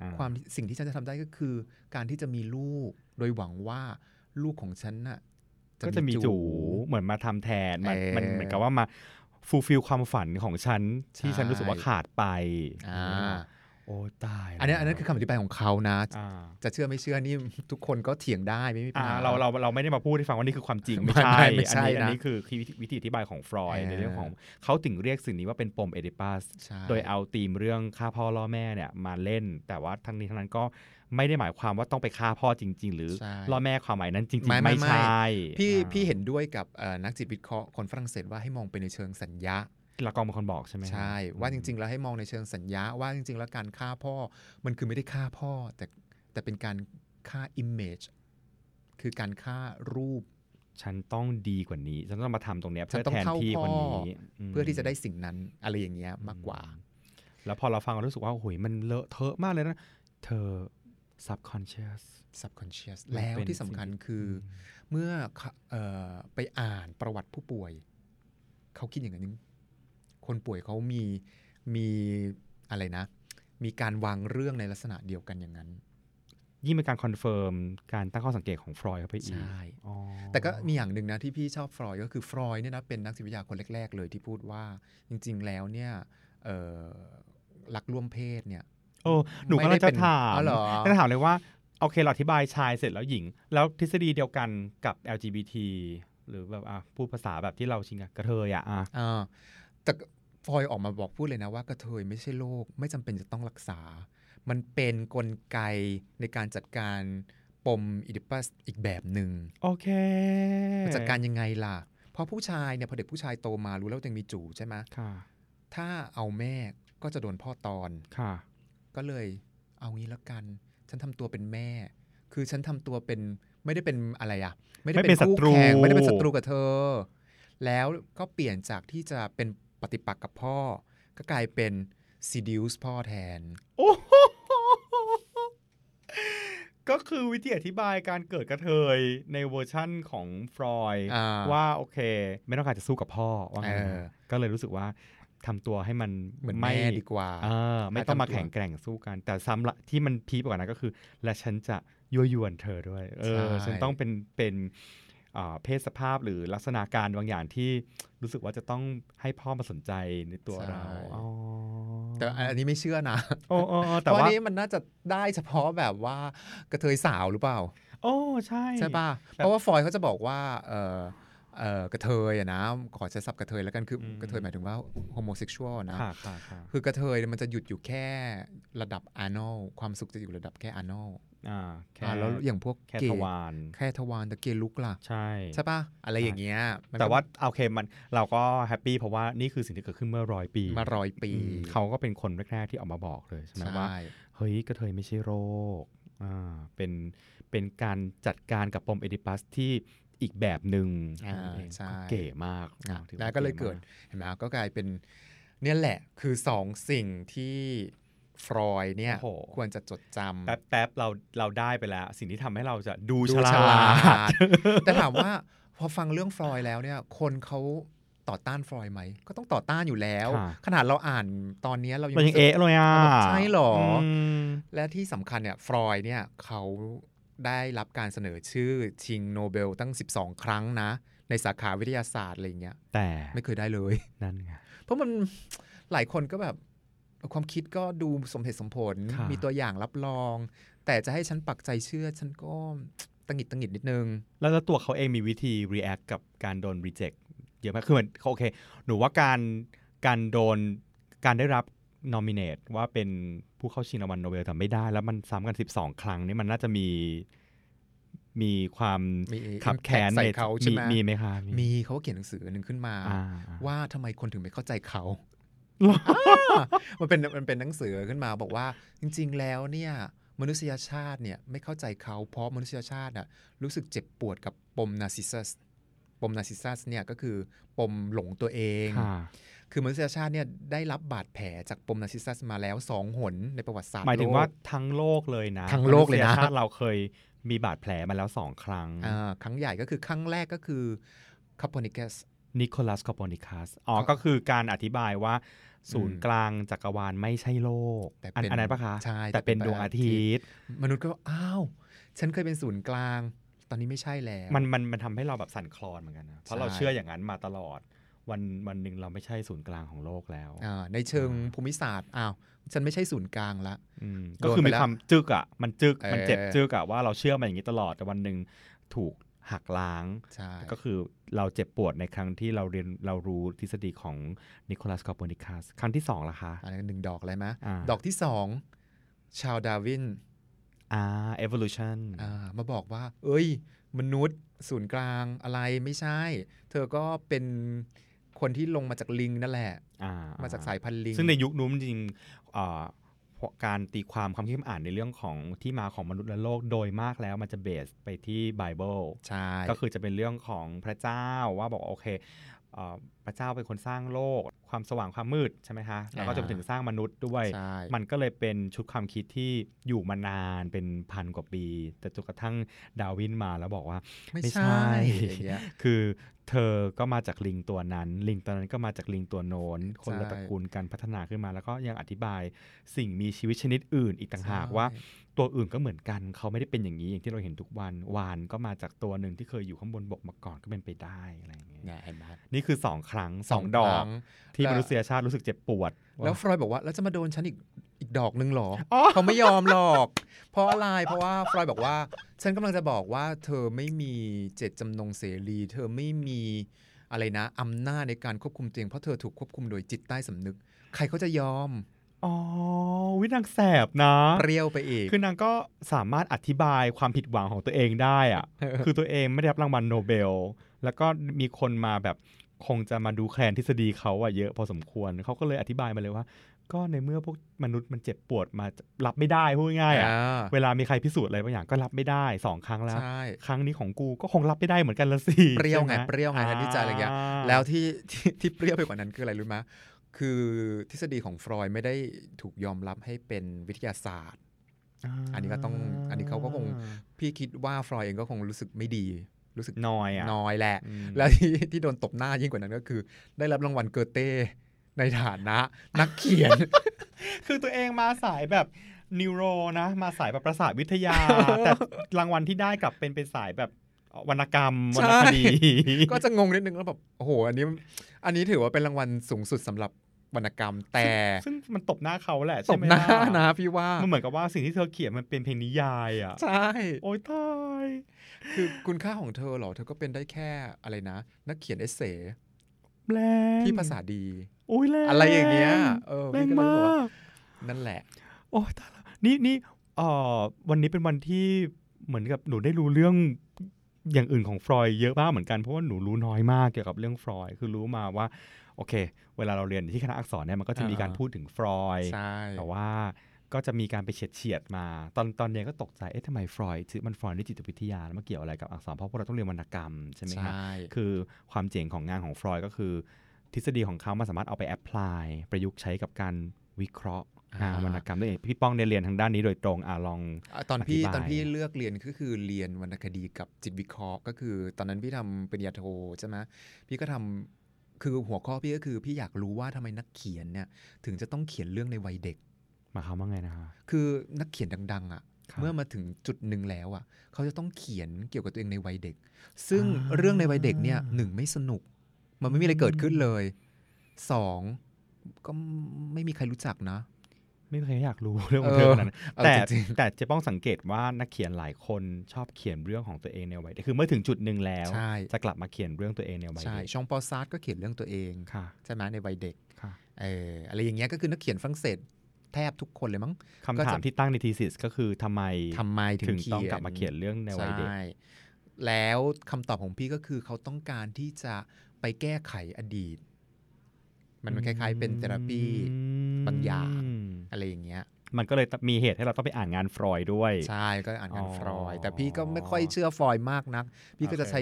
[SPEAKER 1] อ่
[SPEAKER 2] ความสิ่งที่ฉันจะทำได้ก็คือ การที่จะมีลูกโดยหวังว่าลูกของฉันน่ะ
[SPEAKER 1] ก็จะมีจูเหมือนมาทำแทนมัน
[SPEAKER 2] เอ่อ
[SPEAKER 1] มันเหมือนกับว่ามาฟูลฟิลความฝันของฉัน ที่
[SPEAKER 2] ใช่
[SPEAKER 1] ฉันรู้สึกว่าขาดไป
[SPEAKER 2] อ่า
[SPEAKER 1] โอ้ตายแล้ว
[SPEAKER 2] อันนี้อันนั้นคือคำอธิบายของเขานะ
[SPEAKER 1] อ่า
[SPEAKER 2] จะเชื่อไม่เชื่อนี่ ทุกคนก็เถียงได้ไม่มีปัญ
[SPEAKER 1] อ่า
[SPEAKER 2] หา
[SPEAKER 1] เราเราเราไม่ได้มาพูดให้ฟังว่านี่คือความจริงไม่
[SPEAKER 2] ไม่
[SPEAKER 1] ใช่
[SPEAKER 2] ไม่ใช่
[SPEAKER 1] อันนี้อั
[SPEAKER 2] นะ
[SPEAKER 1] นนี้คือคือวิธีวิธีอธิบายของฟรอยด์
[SPEAKER 2] เอ่อ
[SPEAKER 1] ในเรื่องของเขาถึงเรียกสิ่งนี้ว่าเป็นปมเอดิปัส
[SPEAKER 2] ใช่
[SPEAKER 1] โดยเอาธีมเรื่องฆ่าพ่อล่อแม่เนี่ยมาเล่น แต่ว่าทั้งนี้ทั้งนั้นก็ไม่ได้หมายความว่าต้องไปฆ่าพ่อจริง ๆ หรือ
[SPEAKER 2] ใช่
[SPEAKER 1] ล่อแม่ความหมายนั้นจริง
[SPEAKER 2] ไม่
[SPEAKER 1] ๆ
[SPEAKER 2] ไม่
[SPEAKER 1] ไม่
[SPEAKER 2] ไม่
[SPEAKER 1] ใช่
[SPEAKER 2] พี่
[SPEAKER 1] อ่า
[SPEAKER 2] พี่เห็นด้วยกับเอ่อนักจิตวิเคราะห์คนฝรั่งเศสว่าให้มองไปในเชิงสัญญา
[SPEAKER 1] ละกองเป็นคนบอกใช่ไหม
[SPEAKER 2] ใช่ ว่าจริง ๆ แล้วให้มองในเชิงสัญญาว่าจริง ๆ แล้วการฆ่าพ่อมันคือไม่ได้ฆ่าพ่อ แต่แต่เป็นการฆ่า image คือการฆ่ารูป
[SPEAKER 1] ๆฉันต้องดีกว่านี้ ฉันต้องมาทำตรงเนี้ย
[SPEAKER 2] ฉั
[SPEAKER 1] เพื่อน
[SPEAKER 2] ต้อง
[SPEAKER 1] แทน
[SPEAKER 2] เท่า
[SPEAKER 1] ที่คน
[SPEAKER 2] พ่
[SPEAKER 1] นี้
[SPEAKER 2] อ
[SPEAKER 1] ม
[SPEAKER 2] เพื่อที่จะได้สิ่งนั้นอะไรอย่างเงี้ยมากกว่า
[SPEAKER 1] แล้วพอเราฟังเรารู้สึกว่าโอ้โหมันเลอะเทอะมากเลยนะ เธอ subconscious
[SPEAKER 2] subconscious
[SPEAKER 1] มัน
[SPEAKER 2] แล้ว
[SPEAKER 1] เป็น
[SPEAKER 2] ที่สำคัญคืออเมื่อเขาเอ่อไปอ่านประวัติผู้ป่วย เขาคิดอย่างนั้น คนป่วยเขามีมีอะไรนะ มีการวางเรื่องในลักษณะเดียวกันอย่างนั้น
[SPEAKER 1] ยิ่งเป็นการคอนเฟิร์มการตั้งข้อสังเกตของฟรอยด์เข้าไปอีก
[SPEAKER 2] ใช่
[SPEAKER 1] อ๋อ
[SPEAKER 2] แต่ก็มีอย่างหนึ่งนะที่พี่ชอบฟรอยด์ก็คือฟรอยด์เนี่ยนะเป็นนักจิตวิทยาคนแรก ๆ เลยที่พูดว่าจริง ๆ แล้วเนี่ยเอ่อรักร่วมเพศเนี่ย
[SPEAKER 1] โอ้หนูกำลังจะถาม
[SPEAKER 2] ไได้เป็นอ๋อเหรอ
[SPEAKER 1] ถ้าถามเลยว่าโอเคเราอธิบายชายเสร็จแล้วหญิง แล้วทฤษฎีเดียวกันกับ LGBT หรือแบบอ่ะพูดภาษาแบบที่เราชินกับกระเทยอ่ะอ่ะ
[SPEAKER 2] อ่าแต่ฟรอยด์ออกมาบอกพูดเลยนะว่ากระเทยไม่ใช่โรคไม่จำเป็นจะต้องรักษา มันเป็นนกลไกในการจัดการปมอิดิปัสอีกแบบหนึ่ง
[SPEAKER 1] โอเค
[SPEAKER 2] มันจัดการยังไงล่ะเพราะผู้ชายเนี่ยพอเด็กผู้ชายโตมารู้แล้วว่าตัวเองมีจูใช่ไหม
[SPEAKER 1] ค่ะ
[SPEAKER 2] ถ้าเอาแม่ก็จะโดนพ่อตอน
[SPEAKER 1] ค่ะ
[SPEAKER 2] ก็เลยเอางี้ละกัน ฉันทำตัวเป็นแม่ คือฉันทำตัวเป็นไม่ได้เป็นอะไรอะไม่ได้
[SPEAKER 1] ไม่เป็นศั
[SPEAKER 2] คู่
[SPEAKER 1] ตรู
[SPEAKER 2] แข่งไม่ได้เป็นศัตรูกับเธอ แล้วก็เปลี่ยนจากที่จะเป็นปฏิปักษ์กับพ่อ ก็กลายเป็น seduce พ่อแทน
[SPEAKER 1] โอ้โหก็คือวิธีอธิบายการเกิดกระเทยในเวอร์ชั่นของฟรอยด์
[SPEAKER 2] อ่า
[SPEAKER 1] ว่าโอเค ไม่ต้องการจะสู้กับพ่อว่างั้น
[SPEAKER 2] เออ
[SPEAKER 1] ก็เลยรู้สึกว่าทำตัวให้มัน
[SPEAKER 2] เหมือน
[SPEAKER 1] ไม่
[SPEAKER 2] แม่ดีกว่า
[SPEAKER 1] เออไม่ต้องมาแข่งแกร่งสู้กัน แต่ซ้ำละที่มันพีกว่านั้นก็คือ และฉันจะยั่วยวนเธอด้วยเออ
[SPEAKER 2] ใช่
[SPEAKER 1] ฉันต้องเป็นเป็นอ่าเพศสภาพหรือลักษณะการบางอย่างที่รู้สึกว่าจะต้องให้พ่อมาสนใจในตัวเราอ๋อ
[SPEAKER 2] แต่อันนี้ไม่เชื่อนะ
[SPEAKER 1] โอ้โอ้โอ้
[SPEAKER 2] เพ
[SPEAKER 1] แต่
[SPEAKER 2] ราะอั
[SPEAKER 1] ว่าน
[SPEAKER 2] นี้มันน่าจะได้เฉพาะแบบว่ากระเทยสาวหรือเปล่า
[SPEAKER 1] โอ้ใช่
[SPEAKER 2] ใช่ป่ะ
[SPEAKER 1] แต่
[SPEAKER 2] เพราะว่าฟลอยด์เขาจะบอกว่าเออเออกระเทยอะนะ ขอใช้ศัพท์กระเทยแล้วกันคืออ
[SPEAKER 1] ม
[SPEAKER 2] กระเทยหมายถึงว่าโฮโมเซ็กชวลนะ
[SPEAKER 1] ค่ะค่ะค่ะ
[SPEAKER 2] คือกระเทยเนี่ยมันจะหยุดอยู่แค่ระดับอานอลความสุขจะอยู่ระดับแค่อานอล
[SPEAKER 1] อ่าแค่
[SPEAKER 2] อ่าแล้วอย่างพวก
[SPEAKER 1] แค่
[SPEAKER 2] เก
[SPEAKER 1] ท
[SPEAKER 2] ย์
[SPEAKER 1] วาร
[SPEAKER 2] แค่ทวารแต่เกย์ลุกล่ะ
[SPEAKER 1] ใช่
[SPEAKER 2] ใช่ปะอะไรอย่างเงี้ยมันก็
[SPEAKER 1] แต่ว่าโอเคมันเราก็แฮปปี้เพราะว่านี่คือสิ่งที่เกิดขึ้นเมื่อร้อยปี
[SPEAKER 2] มาร้อยปี
[SPEAKER 1] อืมเขาก็เป็นคนแรกๆที่ออกมาบอกเลยใช่ไหมว่า
[SPEAKER 2] ใช่
[SPEAKER 1] เฮ้ยกระเทยไม่ใช่โรคอ่าเป็น เป็นการจัดการกับปมเอดิปัสที่อีกแบบหนึ่ง
[SPEAKER 2] อ่า
[SPEAKER 1] เอง
[SPEAKER 2] ใช่
[SPEAKER 1] ก็เก๋มาก
[SPEAKER 2] อ่ะ
[SPEAKER 1] ถือ
[SPEAKER 2] แล้ว
[SPEAKER 1] ว่า
[SPEAKER 2] ก็เลยเกิด
[SPEAKER 1] มา
[SPEAKER 2] เห็นไหมก็กลายเป็นเนี่ยแหละคือสองสิ่งที่ฟรอยด์เนี่ย
[SPEAKER 1] โอ้โห
[SPEAKER 2] ควรจะจดจำ
[SPEAKER 1] แป๊บแป๊บเราเราได้ไปแล้ว สิ่งที่ทำให้เราจะดู
[SPEAKER 2] ดู
[SPEAKER 1] ฉ
[SPEAKER 2] ฉ
[SPEAKER 1] ลา
[SPEAKER 2] ลา
[SPEAKER 1] ด
[SPEAKER 2] ด แต่ถามว่าพอฟังเรื่องฟลอยด์แล้วเนี่ย คนเขาต่อต้านฟลอยด์ไหม ก็ต้องต่อต้านอยู่แล้ว
[SPEAKER 1] ค่ะ
[SPEAKER 2] ขนาดเราอ่านตอนเนี้ยเรายัง
[SPEAKER 1] เรายัง
[SPEAKER 2] รู้สึก
[SPEAKER 1] เอะเลยอ่ะ
[SPEAKER 2] ใช่เหรออื
[SPEAKER 1] ม
[SPEAKER 2] และที่สำคัญเนี่ยฟลอยด์เนี่ยเขาได้รับการเสนอชื่อชิงโนเบลตั้ง 12 ครั้งนะ ในสาขาวิทยาศาสตร์อะไรอย่างเงี้ย
[SPEAKER 1] แต่
[SPEAKER 2] ไม่เคยได้เลย
[SPEAKER 1] นั่นไง
[SPEAKER 2] เพราะมันหลายคนก็แบบความคิดก็ดูสมเหตุสมผล
[SPEAKER 1] ค่ะ
[SPEAKER 2] มีตัวอย่างรับรอง แต่จะให้ฉันปักใจเชื่อฉันก็ตังหงิดตังหงิดนิดนึง
[SPEAKER 1] แล้วแล้วตัวเขาเองมีวิธี react กับการโดน reject เยอะมากคือเหมือนเขาโอเค หนูว่าการการโดนการได้รับ nominate ว่าเป็นผู้เข้าชิงรางวัลโนเบลแต่ไม่ได้ แล้วมันซ้ำกัน 12 ครั้งนี่มันน่าจะมีมีความ
[SPEAKER 2] มี
[SPEAKER 1] ขับแขน
[SPEAKER 2] impact ใส่เขาใช่ไหม
[SPEAKER 1] มีไหมคะ
[SPEAKER 2] มีเขาเขียนหนังสืออันหนึ่งขึ้นมา
[SPEAKER 1] อ่า
[SPEAKER 2] ว่าทำไมคนถึงไม่เข้าใจเขา
[SPEAKER 1] หรอ
[SPEAKER 2] อ่ะมันเป็นมันเป็นหนังสือขึ้นมาบอกว่าจริง ๆ แล้วเนี่ยมนุษยชาติเนี่ยไม่เข้าใจเขาเพราะมนุษยชาติน่ะรู้สึกเจ็บปวดกับปมนาร์ซิสซัสปมนาร์ซิสซัสเนี่ยก็คือปมหลงตัวเอง
[SPEAKER 1] ค่ะ
[SPEAKER 2] คือมนุษยชาติเนี่ยได้รับบาดแผลจากปมนาร์ซิสซัสมาแล้วสองหนในประวัติศาสตร์
[SPEAKER 1] หมายถึงว่า
[SPEAKER 2] โลก
[SPEAKER 1] ทั้งโลกเลยนะ
[SPEAKER 2] ทั้งโลกเลย
[SPEAKER 1] ม
[SPEAKER 2] นะ
[SPEAKER 1] ษชาติเราเคยมีบาดแผลมาแล้วสองครั้ง
[SPEAKER 2] อ่าครั้งใหญ่ก็คือครั้งแรกก็คือคาโปนิกัส
[SPEAKER 1] นิโคลัสคอปอนิคัสอ๋อก็คือการอธิบายว่า ศูนย์
[SPEAKER 2] อืม
[SPEAKER 1] กลางจักรวาลไม่ใช่โลก
[SPEAKER 2] แต่
[SPEAKER 1] อัน
[SPEAKER 2] เป็น
[SPEAKER 1] อันนั้นปะคะ
[SPEAKER 2] ใช่
[SPEAKER 1] แต่เป็น
[SPEAKER 2] แต่
[SPEAKER 1] ด
[SPEAKER 2] เป็น
[SPEAKER 1] วงอาทิตย์
[SPEAKER 2] มนุษย์ก็อ้าวฉันเคยเป็นศูนย์กลาง ตอนนี้ไม่ใช่แล้ว
[SPEAKER 1] มันมันมันทำให้เราแบบสั่นคลอนเหมือนกันนะเพราะเรา
[SPEAKER 2] ใช่
[SPEAKER 1] เชื่ออย่างนั้นมาตลอด วันวันหนึ่งเราไม่ใช่ศูนย์กลางของโลกแล้ว
[SPEAKER 2] อ่าในเชิงภูมิศาสตร์อ้าวฉันไม่ใช่ศูนย์กลางละ
[SPEAKER 1] อืม
[SPEAKER 2] โดน
[SPEAKER 1] ก็คือ
[SPEAKER 2] ไป
[SPEAKER 1] มี
[SPEAKER 2] แล้ว
[SPEAKER 1] ความจึกอ่ะ มันจึก มันเจ็บ
[SPEAKER 2] เออ
[SPEAKER 1] จึกอ่ะว่าเราเชื่อมันอย่างนี้ตลอดแต่วันหนึ่งถูกหักล้าง
[SPEAKER 2] ใช่
[SPEAKER 1] ก็คือเราเจ็บปวดในครั้งที่เราเรียนเรารู้ทฤษฎีของนิโคลัสคอปอนิคัสครั้งที่สองละคะ
[SPEAKER 2] อันนั้นหนึ่งดอกเลยไหม
[SPEAKER 1] อ่า
[SPEAKER 2] ดอกที่สองชาวดาร์วิน
[SPEAKER 1] อ่า evolution
[SPEAKER 2] อ่ามาบอกว่า เอ้ย มนุษย์ศูนย์กลางอะไรไม่ใช่ เธอก็เป็นคนที่ลงมาจากลิงนั่นแหละ
[SPEAKER 1] อ่า
[SPEAKER 2] มา
[SPEAKER 1] มา
[SPEAKER 2] จากสายพันธุ์ลิง
[SPEAKER 1] ซึ่งในยุคนู้นจริงๆอ่าการตีความความคิดอ่านในเรื่องของที่มาของมนุษย์และโลกโดยมากแล้วมันจะเบสไปที่ไบเบิล
[SPEAKER 2] ใช่
[SPEAKER 1] ก็คือจะเป็นเรื่องของพระเจ้าว่าบอกว่าโอเคเอ่อพระเจ้าเป็นคนสร้างโลก ความสว่างความมืดใช่ไหมคะแล้วก็จะไปถึงสร้างมนุษย์ด้วย
[SPEAKER 2] ใช่
[SPEAKER 1] มันก็เลยเป็นชุดความคิดที่อยู่มานานเป็นพันกว่าปี แต่จนกระทั่งดาร์วินมาแล้วบอกว่า
[SPEAKER 2] ไม่
[SPEAKER 1] ไม่ใช่
[SPEAKER 2] ใช่อย่างเงี้ย
[SPEAKER 1] คือเธอก็มาจากลิงตัวนั้น ลิงตัวนั้นก็มาจากลิงตัวโน้นคนละ
[SPEAKER 2] ใช่
[SPEAKER 1] ตระกูลกันพัฒนาขึ้นมา แล้วก็ยังอธิบายสิ่งมีชีวิตชนิดอื่นอีกต่างหากว่า
[SPEAKER 2] ใช่
[SPEAKER 1] ตัวอื่นก็เหมือนกัน เขาไม่ได้เป็นอย่างนี้อย่างที่เราเห็นทุกวันวานก็มาจากตัวหนึ่งที่เคยอยู่ข้างบนบกมาก่อนก็เป็นไปได้อะไรอย่างเงี้ย
[SPEAKER 2] เนี่ยเห็นไหม
[SPEAKER 1] นี่คือสองครั้งสอง
[SPEAKER 2] ค
[SPEAKER 1] ดอก
[SPEAKER 2] รั้ง
[SPEAKER 1] ที่
[SPEAKER 2] และ
[SPEAKER 1] มนุษยชาติรู้สึกเจ็บปวด
[SPEAKER 2] แล้ว
[SPEAKER 1] ว่า
[SPEAKER 2] ฟรอยด์บอกว่าแล้วจะมาโดนฉันอีกอีกดอกนึงเหรอ
[SPEAKER 1] อ๋อ
[SPEAKER 2] เขาไม่ยอมหร อก เพราะอะไรเพราะว่าฟรอยด์บอกว่า ฉันกำลังจะบอกว่า เธอไม่มีเจตจำนงเสรี เธอไม่มีอะไรนะอำนาจในการควบคุมตัวเองเพราะเธอถูกควบคุมโดยจิตใต้สำนึก ใครเขาจะยอม
[SPEAKER 1] อ๋อวินางแสบนะ
[SPEAKER 2] เปรี้ยวไปอีก
[SPEAKER 1] คือนางก็สามารถอธิบายความผิดหวังของตัวเองได้ อะคือตัวเองไม่ได้รับรางวัลโนเบล แล้วก็มีคนมาแบบคงจะมาดูแคลนทฤษฎีเขาอะเยอะพอสมควรเขาก็เลยอธิบายมาเลยว่า ก็ในเมื่อพวกมนุษย์มันเจ็บปวดมารับไม่ได้พูดง่ายๆอะ
[SPEAKER 2] อ่า
[SPEAKER 1] เวลามีใครพิสูจน์อะไรบางอย่างก็รับไม่ได้สองครั้งแล้ว
[SPEAKER 2] ใช่
[SPEAKER 1] ครั้งนี้ของกูก็คงรับไม่ได้เหมือนกันละสิ
[SPEAKER 2] เปรี้ยวไง
[SPEAKER 1] ใช่หม
[SPEAKER 2] เปรี้ยวไงแทนที่จะอะไรอย่างเงี้ย
[SPEAKER 1] า
[SPEAKER 2] แล้วที่ที่ที่เปรี้ยวไปกว่านั้นคืออะไรรู้ไหมคือทฤษฎีของฟรอยด์ไม่ได้ถูกยอมรับให้เป็นวิทยาศาสตร์
[SPEAKER 1] า
[SPEAKER 2] อันนี้ก็ต้องอันนี้เขาก็คง พี่คิดว่าฟรอยเองก็คงรู้สึกไม่ดี รู้สึก
[SPEAKER 1] น้อยอ่ะ
[SPEAKER 2] น้อยแหละ
[SPEAKER 1] อืม
[SPEAKER 2] แล้วที่ที่โดนตบหน้ายิ่งกว่านั้นก็คือ ได้รับรางวัลเกอเต้ในฐานะ นักเขียน
[SPEAKER 1] คือตัวเองมาสายแบบนิวโรนะ มาสายแบบประสาทวิท ยา แต่รางวัลที่ได้กลับเป็นเป็นสายแบบวรรณกรรมวรรณคดี
[SPEAKER 2] ก็จะงงนิดนึงแล้วแบบโอ้โหอันนี้อันนี้ถือว่าเป็นรางวัลสูงสุดสำหรับวรรณกรรม แต่
[SPEAKER 1] ซึ่งมันตบหน้าเขาแหละ
[SPEAKER 2] ต
[SPEAKER 1] ใช่
[SPEAKER 2] บ
[SPEAKER 1] ไหม
[SPEAKER 2] หน้า
[SPEAKER 1] ล่
[SPEAKER 2] นะพี่ว่า
[SPEAKER 1] มันเหมือนกับว่าสิ่งที่เธอเขียนมันเป็นเพลงนิยายอ่ะ
[SPEAKER 2] ใช่
[SPEAKER 1] โอ้ยตาย
[SPEAKER 2] คือคุณค่าของเธอเหรอ เธอก็เป็นได้แค่อะไรนะ นักเขียนเอเซ่
[SPEAKER 1] แรง
[SPEAKER 2] ที่ภาษาดี
[SPEAKER 1] โอ้ยแรง
[SPEAKER 2] อะไรอย่างเงี้ยเออ
[SPEAKER 1] แร
[SPEAKER 2] พี่
[SPEAKER 1] ง
[SPEAKER 2] ก็เลย
[SPEAKER 1] มา
[SPEAKER 2] บอกว่าก นั่นแหละ
[SPEAKER 1] โอ้ยตายละนี่นี่เอ่อวันนี้เป็นวันที่เหมือนกับหนูได้รู้เรื่องอย่างอื่นของฟรอยด์เยอะมากเหมือนกันเพราะว่าหนูรู้น้อยมากเกี่ยวกับเรื่องฟรอยด์คือรู้มาว่าโอเค เวลาเราเรียนที่คณะอักษรเนี่ยมันก็จะมีการ
[SPEAKER 2] อ่า
[SPEAKER 1] พูดถึงฟรอยด์
[SPEAKER 2] ใช่
[SPEAKER 1] แต่ว่าก็จะมีการไปเฉียดเฉียดๆมา ตอนตอนเรียนก็ตกใจเอ๊ะทำไมฟรอยด์ชื่อมันฟรอยด์นี่จิตวิทยาแล้วมาเกี่ยวอะไรกับอักษรเพราะพวกเราต้องเรียนวรรณกรรมใช่ไหมฮะ คือความเจ๋งของงานของฟรอยด์ก็คือ ทฤษฎีของเขามันสามารถเอาไปแอพพลายประยุกต์ใช้กับการวิเคราะห์งาน
[SPEAKER 2] อ่า
[SPEAKER 1] วรรณกรรมด้วยเองพี่ป้องได้เรียนทางด้านนี้โดยตรงอ่ะลอง
[SPEAKER 2] อ่ะตอนพี่
[SPEAKER 1] อธิบาย
[SPEAKER 2] ตอนพี่เลือกเรียนก็คือเรียนวรรณคดีกับจิตวิเคราะห์ ก็คือ ตอนนั้นพี่ทำปริญญาโทใช่ไหมพี่ก็ทำคือหัวข้อพี่ก็คือพี่อยากรู้ว่าทำไมนักเขียนเนี่ยถึงจะต้องเขียนเรื่องในวัยเด็ก
[SPEAKER 1] หมายความว่าไงนะคะ
[SPEAKER 2] คือนักเขียนดัง ๆอะ่ะ
[SPEAKER 1] ครับ
[SPEAKER 2] เมื่อมาถึงจุดหนึ่งแล้วอะ่ะเขาจะต้องเขียนเกี่ยวกับตัวเองในวัยเด็ก ซึ่ง
[SPEAKER 1] อ่า
[SPEAKER 2] เรื่องในวัยเด็กเนี่ยหนึ่งไม่สนุก มันไม่มีอะไรเกิดขึ้นเลยสองก็ไม่มีใครรู้จักนะ
[SPEAKER 1] ไม่มีใครอยากรู้เรื่องของเธอขนาดนั้น
[SPEAKER 2] เออ
[SPEAKER 1] แต่
[SPEAKER 2] จริง
[SPEAKER 1] แต่เจะป้องสังเกตว่านักเขียนหลายคนชอบเขียนเรื่องของตัวเองในวัยเด็กคือเมื่อถึงจุดหนึ่งแล้ว
[SPEAKER 2] ใช่
[SPEAKER 1] จะกลับมาเขียนเรื่องตัวเองในวัย
[SPEAKER 2] ใช่
[SPEAKER 1] เด็ก
[SPEAKER 2] ชองปอซาร์ดก็เขียนเรื่องตัวเอง
[SPEAKER 1] ค่ะ
[SPEAKER 2] ใช่ไหมในวัยเด็ก
[SPEAKER 1] ค่ะ
[SPEAKER 2] เอออะไรอย่างเงี้ยก็คือนักเขียนฝรั่งเศสแทบทุกคนเลยมั้ง
[SPEAKER 1] คำถามที่ตั้งในทีสิสก็คือทำไม
[SPEAKER 2] ทำไมถึ
[SPEAKER 1] ถึ
[SPEAKER 2] ง
[SPEAKER 1] ง
[SPEAKER 2] เขียน
[SPEAKER 1] ต้องกลับมาเขียนเรื่องในวัยเด็ก
[SPEAKER 2] ใช่แล้วคำตอบของพี่ก็คือเขาต้องการที่จะไปแก้ไขอดีต มันมันคล้าย ๆ เป็นเทอราปี
[SPEAKER 1] อืม
[SPEAKER 2] บางอย่าง อะไรอย่างเงี้ย
[SPEAKER 1] มันก็เลยมีเหตุให้เราต้องไปอ่านงานฟรอยด์ด้วย
[SPEAKER 2] ใช่ก็อ่านงาน
[SPEAKER 1] อ๋อ
[SPEAKER 2] ฟรอยด์แต่พี่ก็ไม่ค่อยเชื่อฟรอยด์มากนัก พี่ก็จะ
[SPEAKER 1] โอเค
[SPEAKER 2] ใช้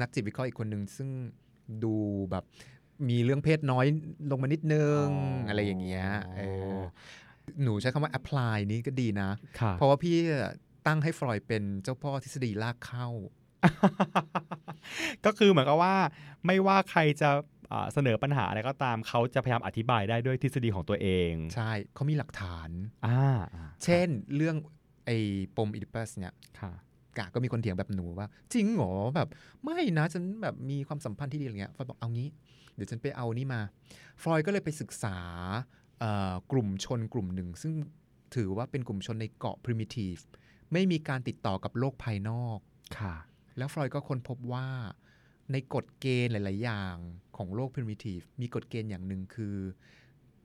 [SPEAKER 2] นักจิตวิเคราะห์อีกคนหนึ่งซึ่งดูแบบมีเรื่องเพศน้อยลงมานิดนึง อะไรอย่างเงี้ยเออหนูใช้คำว่า apply นี้ก็ดีนะ
[SPEAKER 1] ค่ะ
[SPEAKER 2] เพราะว่าพี่ตั้งให้ฟรอยด์เป็นเจ้าพ่อทฤษฎีลากเข้า
[SPEAKER 1] ก็คือเหมือนกับว่า ไม่ว่าใครจะอ่าเสนอปัญหาอะไรก็ตามเขาจะพยายามอธิบายได้ด้วยทฤษฎีของตัวเอง
[SPEAKER 2] ใช่เขามีหลักฐาน
[SPEAKER 1] อ่าอ่า
[SPEAKER 2] เช่นเรื่องไอ้ปมอิดิปัสเนี่ย
[SPEAKER 1] ค่ะ
[SPEAKER 2] กะก็มีคนเถียงแบบหนูว่า จริงเหรอแบบ ไม่นะฉันแบบมีความสัมพันธ์ที่ดีอะไรเงี้ยฟลอยบอกเอางี้ เดี๋ยวฉันไปเอานี่มา ฟลอยก็เลยไปศึกษาเอ่อกลุ่มชนกลุ่มหนึ่ง ซึ่งถือว่าเป็นกลุ่มชนในเกาะ primitive ไม่มีการติดต่อกับโลกภายนอก
[SPEAKER 1] ค่ะ
[SPEAKER 2] แล้วฟลอยก็ค้นพบว่าในกฎเกณฑ์หลาย ๆ อย่างของโลก primitive มีกฎเกณฑ์อย่างหนึ่งคือ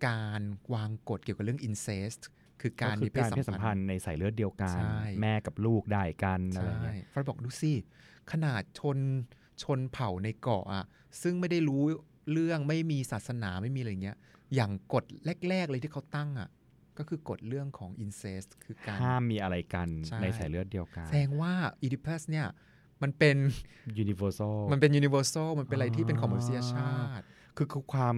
[SPEAKER 2] การวางกฎเกี่ยวกับเรื่อง incest คือการ
[SPEAKER 1] คื
[SPEAKER 2] มี
[SPEAKER 1] อ
[SPEAKER 2] เพศ
[SPEAKER 1] การ
[SPEAKER 2] สั
[SPEAKER 1] เพศสั
[SPEAKER 2] ม
[SPEAKER 1] ม
[SPEAKER 2] พั
[SPEAKER 1] พัน
[SPEAKER 2] นธ์
[SPEAKER 1] ธ์ในสายเลือดเดียวกัน
[SPEAKER 2] ใช่
[SPEAKER 1] แม่กับลูกได้กันอะไร
[SPEAKER 2] ใช่
[SPEAKER 1] เงี้ย
[SPEAKER 2] ฟรอยบอกดูสิขนาดชนชนเผ่าในเกาะอ่ะซึ่งไม่ได้รู้เรื่องไม่มีศาสนาไม่มีอะไรเงี้ย อย่างกฎแรก ๆ เลยที่เขาตั้งอ่ะก็คือกฎเรื่องของ incest คือการ
[SPEAKER 1] ห้ามมีอะไรกัน
[SPEAKER 2] ใช่
[SPEAKER 1] ในสายเลือดเดียวกัน
[SPEAKER 2] แสดงว่า Oedipus เนี่ยมันเป็น
[SPEAKER 1] universal
[SPEAKER 2] มันเป็น universal มันเป็นอะไรที่เป็นของมนุษยชาติ
[SPEAKER 1] คือคือความ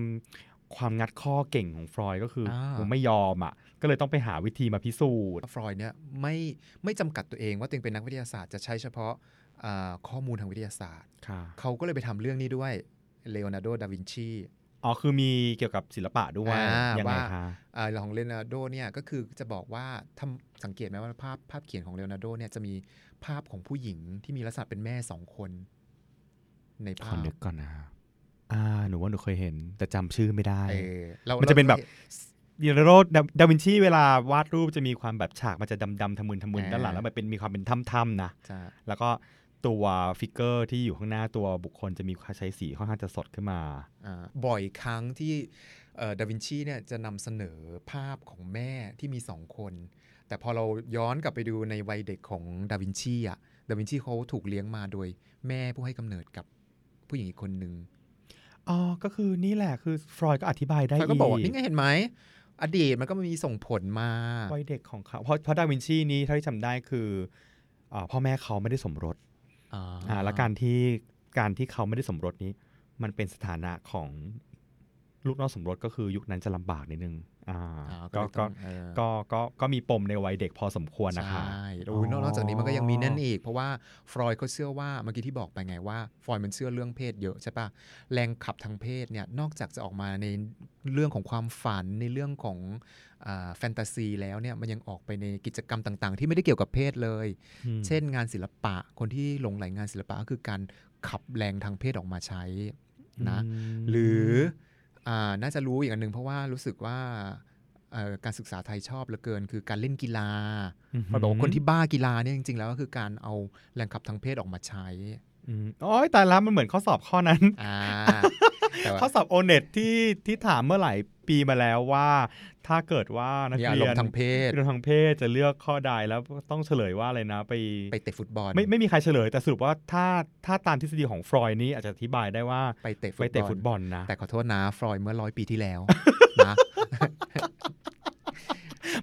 [SPEAKER 1] ความงัดข้อเก่งของฟรอยด์ก็คืออา ผมไม่ยอมอ่ะ ก็เลยต้องไปหาวิธีมาพิสูจน์
[SPEAKER 2] ฟรอยด์เนี่ยไม่ไม่จำกัดตัวเองว่าตัวเองเป็นนักวิทยาศาสตร์จะใช้เฉพาะอ่าข้อมูลทางวิทยาศาสตร์
[SPEAKER 1] ค่ะ
[SPEAKER 2] เขาก็เลยไปทำเรื่องนี้ด้วยเลโอนาร์โด ดาวินชี
[SPEAKER 1] อ๋อ คือมีเกี่ยวกับศิลปะด้วย
[SPEAKER 2] อ่า
[SPEAKER 1] ยังไง
[SPEAKER 2] ว่า
[SPEAKER 1] คะ
[SPEAKER 2] อ่าอย่างของเลโอนาร์โดเนี่ยก็คือจะบอกว่าทำสังเกตไหมว่าภาพภาพเขียนของเลโอนาร์โดเนี่ยจะมีภาพของผู้หญิงที่มีลักษณะเป็นแม่สองคน ใน
[SPEAKER 1] ข
[SPEAKER 2] ภา
[SPEAKER 1] อ
[SPEAKER 2] พ
[SPEAKER 1] นึกก่อนนะ อ่า หนูว่าหนูเคยเห็น แต่จำชื่อไม่ได้
[SPEAKER 2] เออรา
[SPEAKER 1] มันจะเป็นแบบ
[SPEAKER 2] ราคย
[SPEAKER 1] เดียโรดดาวินชีเวลาวาดรูปจะมีความแบบฉากมันจะดำๆทะมึนทะมึน
[SPEAKER 2] อ่า
[SPEAKER 1] ด้านหลังแล้วมันเป็นมีความเป็นถ้ำๆนะ
[SPEAKER 2] จะ
[SPEAKER 1] แล้วก็ตัวฟิกเกอร์ที่อยู่ข้างหน้าตัวบุคคลจะมีความใช้สีค่อนข้างจะสดขึ้นมา
[SPEAKER 2] อ่าบ่อยครั้งที่เอ่อดาวินชีเนี่ยจะนำเสนอภาพของแม่ที่มีสองคน แต่พอเราย้อนกลับไปดูในวัยเด็กของดาวินชีอ่ะดาวินชีเขาถูกเลี้ยงมาโดยแม่ผู้ให้กำเนิดกับผู้หญิงอีกคนหนึ่ง
[SPEAKER 1] อ๋อ ก็คือนี่แหละคือฟรอยด์ก็อธิบายได้
[SPEAKER 2] เขาก็บอกว่า
[SPEAKER 1] อี
[SPEAKER 2] นี่ไงเห็นไหม อดีตมันก็มีส่งผลมา
[SPEAKER 1] วัยเด็กของเขาเพราะเพราะดาวินชีนี้เท่าที่จำได้คืออาพ่อแม่เขาไม่ได้สมรส
[SPEAKER 2] อ่
[SPEAKER 1] อ่า
[SPEAKER 2] า
[SPEAKER 1] และการที่การที่เขาไม่ได้สมรสนี้ มันเป็นสถานะของลูกนอกสมรสก็คือยุคนั้นจะลำบากนิดนึงอ่า
[SPEAKER 2] อ่า
[SPEAKER 1] ก็
[SPEAKER 2] เลยต้
[SPEAKER 1] ก็
[SPEAKER 2] องเออ
[SPEAKER 1] ก็ก็ก็มีปมในวัยเด็กพอสมควรนะคะ
[SPEAKER 2] ใช่โอ้ยนอ
[SPEAKER 1] อ๋อ
[SPEAKER 2] กนอกจากนี้มันก็ยังมีนั่นอีก เพราะว่าฟรอยด์เขาเชื่อว่าเมื่อกี้ที่บอกไปไงว่าฟรอยด์มันเชื่อเรื่องเพศเยอะใช่ปะแรงขับทางเพศเนี่ยนอกจากจะออกมาในเรื่องของความฝันในเรื่องของอาแฟนตาซีแล้วเนี่ยมันยังออกไปในกิจกรรมต่างๆ ที่ไม่ได้เกี่ยวกับเพศเลย
[SPEAKER 1] อืม
[SPEAKER 2] เช่นงานศิลปะคนที่หลงไหลงานศิลปะก็คือการขับแรงทางเพศออกมาใช้นะ
[SPEAKER 1] ม
[SPEAKER 2] หรืออาน่าจะรู้อีกอันหนึ่งเพราะว่ารู้สึกว่าเอ่อการศึกษาไทยชอบเหลือเกิน คือการเล่นกีฬาเพราะบอกว่าคนที่บ้ากีฬาเนี่ยจริงๆแล้วก็คือการเอาแรงขับทางเพศออกมาใช้
[SPEAKER 1] อืมโอ้ยแต่ละมันเหมือนข้อสอบข้อนั้น
[SPEAKER 2] อ่าแต่ว่า
[SPEAKER 1] ข้อสอบโอเน็ตที่ที่ถามเมื่อหลายปีมาแล้วว่า ถ้าเกิดว่านัก
[SPEAKER 2] มีอา
[SPEAKER 1] เรี
[SPEAKER 2] ร
[SPEAKER 1] ย
[SPEAKER 2] ม
[SPEAKER 1] น
[SPEAKER 2] ณ์ทางเพศ
[SPEAKER 1] เรื่องทางเพศจะเลือกข้อใดแล้วต้องเฉลยว่าอะไรนะไป
[SPEAKER 2] ไปเตะฟุตบอล
[SPEAKER 1] ไม่ไม่มีใครเฉลย แต่สรุปว่าถ้าถ้าตามทฤษฎีของฟรอยด์นี้อาจจะอธิบายได้ว่า
[SPEAKER 2] ไปเตะ
[SPEAKER 1] ไปเตะฟุตบอลนะ
[SPEAKER 2] แต่ขอโทษนะฟรอยด์เมื่อร้อยปีที่แล้วนะ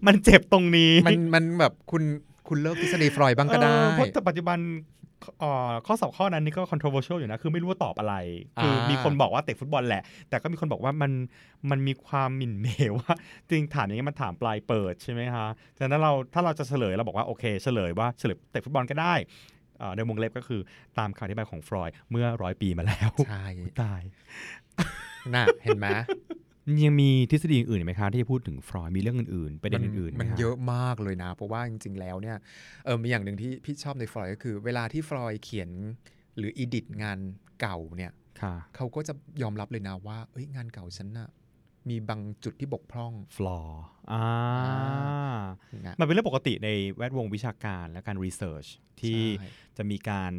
[SPEAKER 1] มันเจ็บตรงนี้
[SPEAKER 2] มันมันแบบคุณคุณเลิกทฤษฎีฟรอยด์บ้างก็ได้
[SPEAKER 1] เออเพราะแต่ปัจจุบันเอ่อข้อสอบข้อนั้นนี่ก็ controversial อยู่นะ คือไม่รู้ว่าตอบอะไร คืออา มีคนบอกว่าเตะฟุตบอลแหละ แต่ก็มีคนบอกว่ามันมันมีความหมิ่นเหมว่า จริงถามอย่างนี้ยมันถามปลายเปิดใช่ไหมคะฉะนั้นเราถ้าเราจะเฉลยเราบอกว่าโอเคเฉลยว่าเฉลยเตะฟุตบอลก็ได้เอ่อในวงเล็บก็คือตามคำอธิบายของฟรอยด์เมื่อร้อยปีมาแล้ว
[SPEAKER 2] ใช่
[SPEAKER 1] ตาย
[SPEAKER 2] น่ะเห็นไหม
[SPEAKER 1] ยังมีทฤษฎีอื่นอีกไหมคะที่จะพูดถึงฟรอยด์มีเรื่องอื่นๆประเด็นอื่นๆไห
[SPEAKER 2] มัน
[SPEAKER 1] ค
[SPEAKER 2] เยอะมากเลยนะ เพราะว่าจริง ๆ แล้วเนี่ยเออมีอย่างหนึ่งที่พี่ชอบในฟรอยก็คือ เวลาที่ฟรอยเขียนหรืออีดิทงานเก่าเนี่ย
[SPEAKER 1] ค่ะ
[SPEAKER 2] เขาก็จะยอมรับเลยนะว่าเอ้ยงานเก่าฉันน่ะมีบางจุดที่บกพร่อง
[SPEAKER 1] ฟลอร์อ่า
[SPEAKER 2] อ่ นะ
[SPEAKER 1] มันเป็นเรื่องปกติในแวดวงวิชาการและการรีเสิร์ชที่
[SPEAKER 2] ใช่
[SPEAKER 1] จะมีการ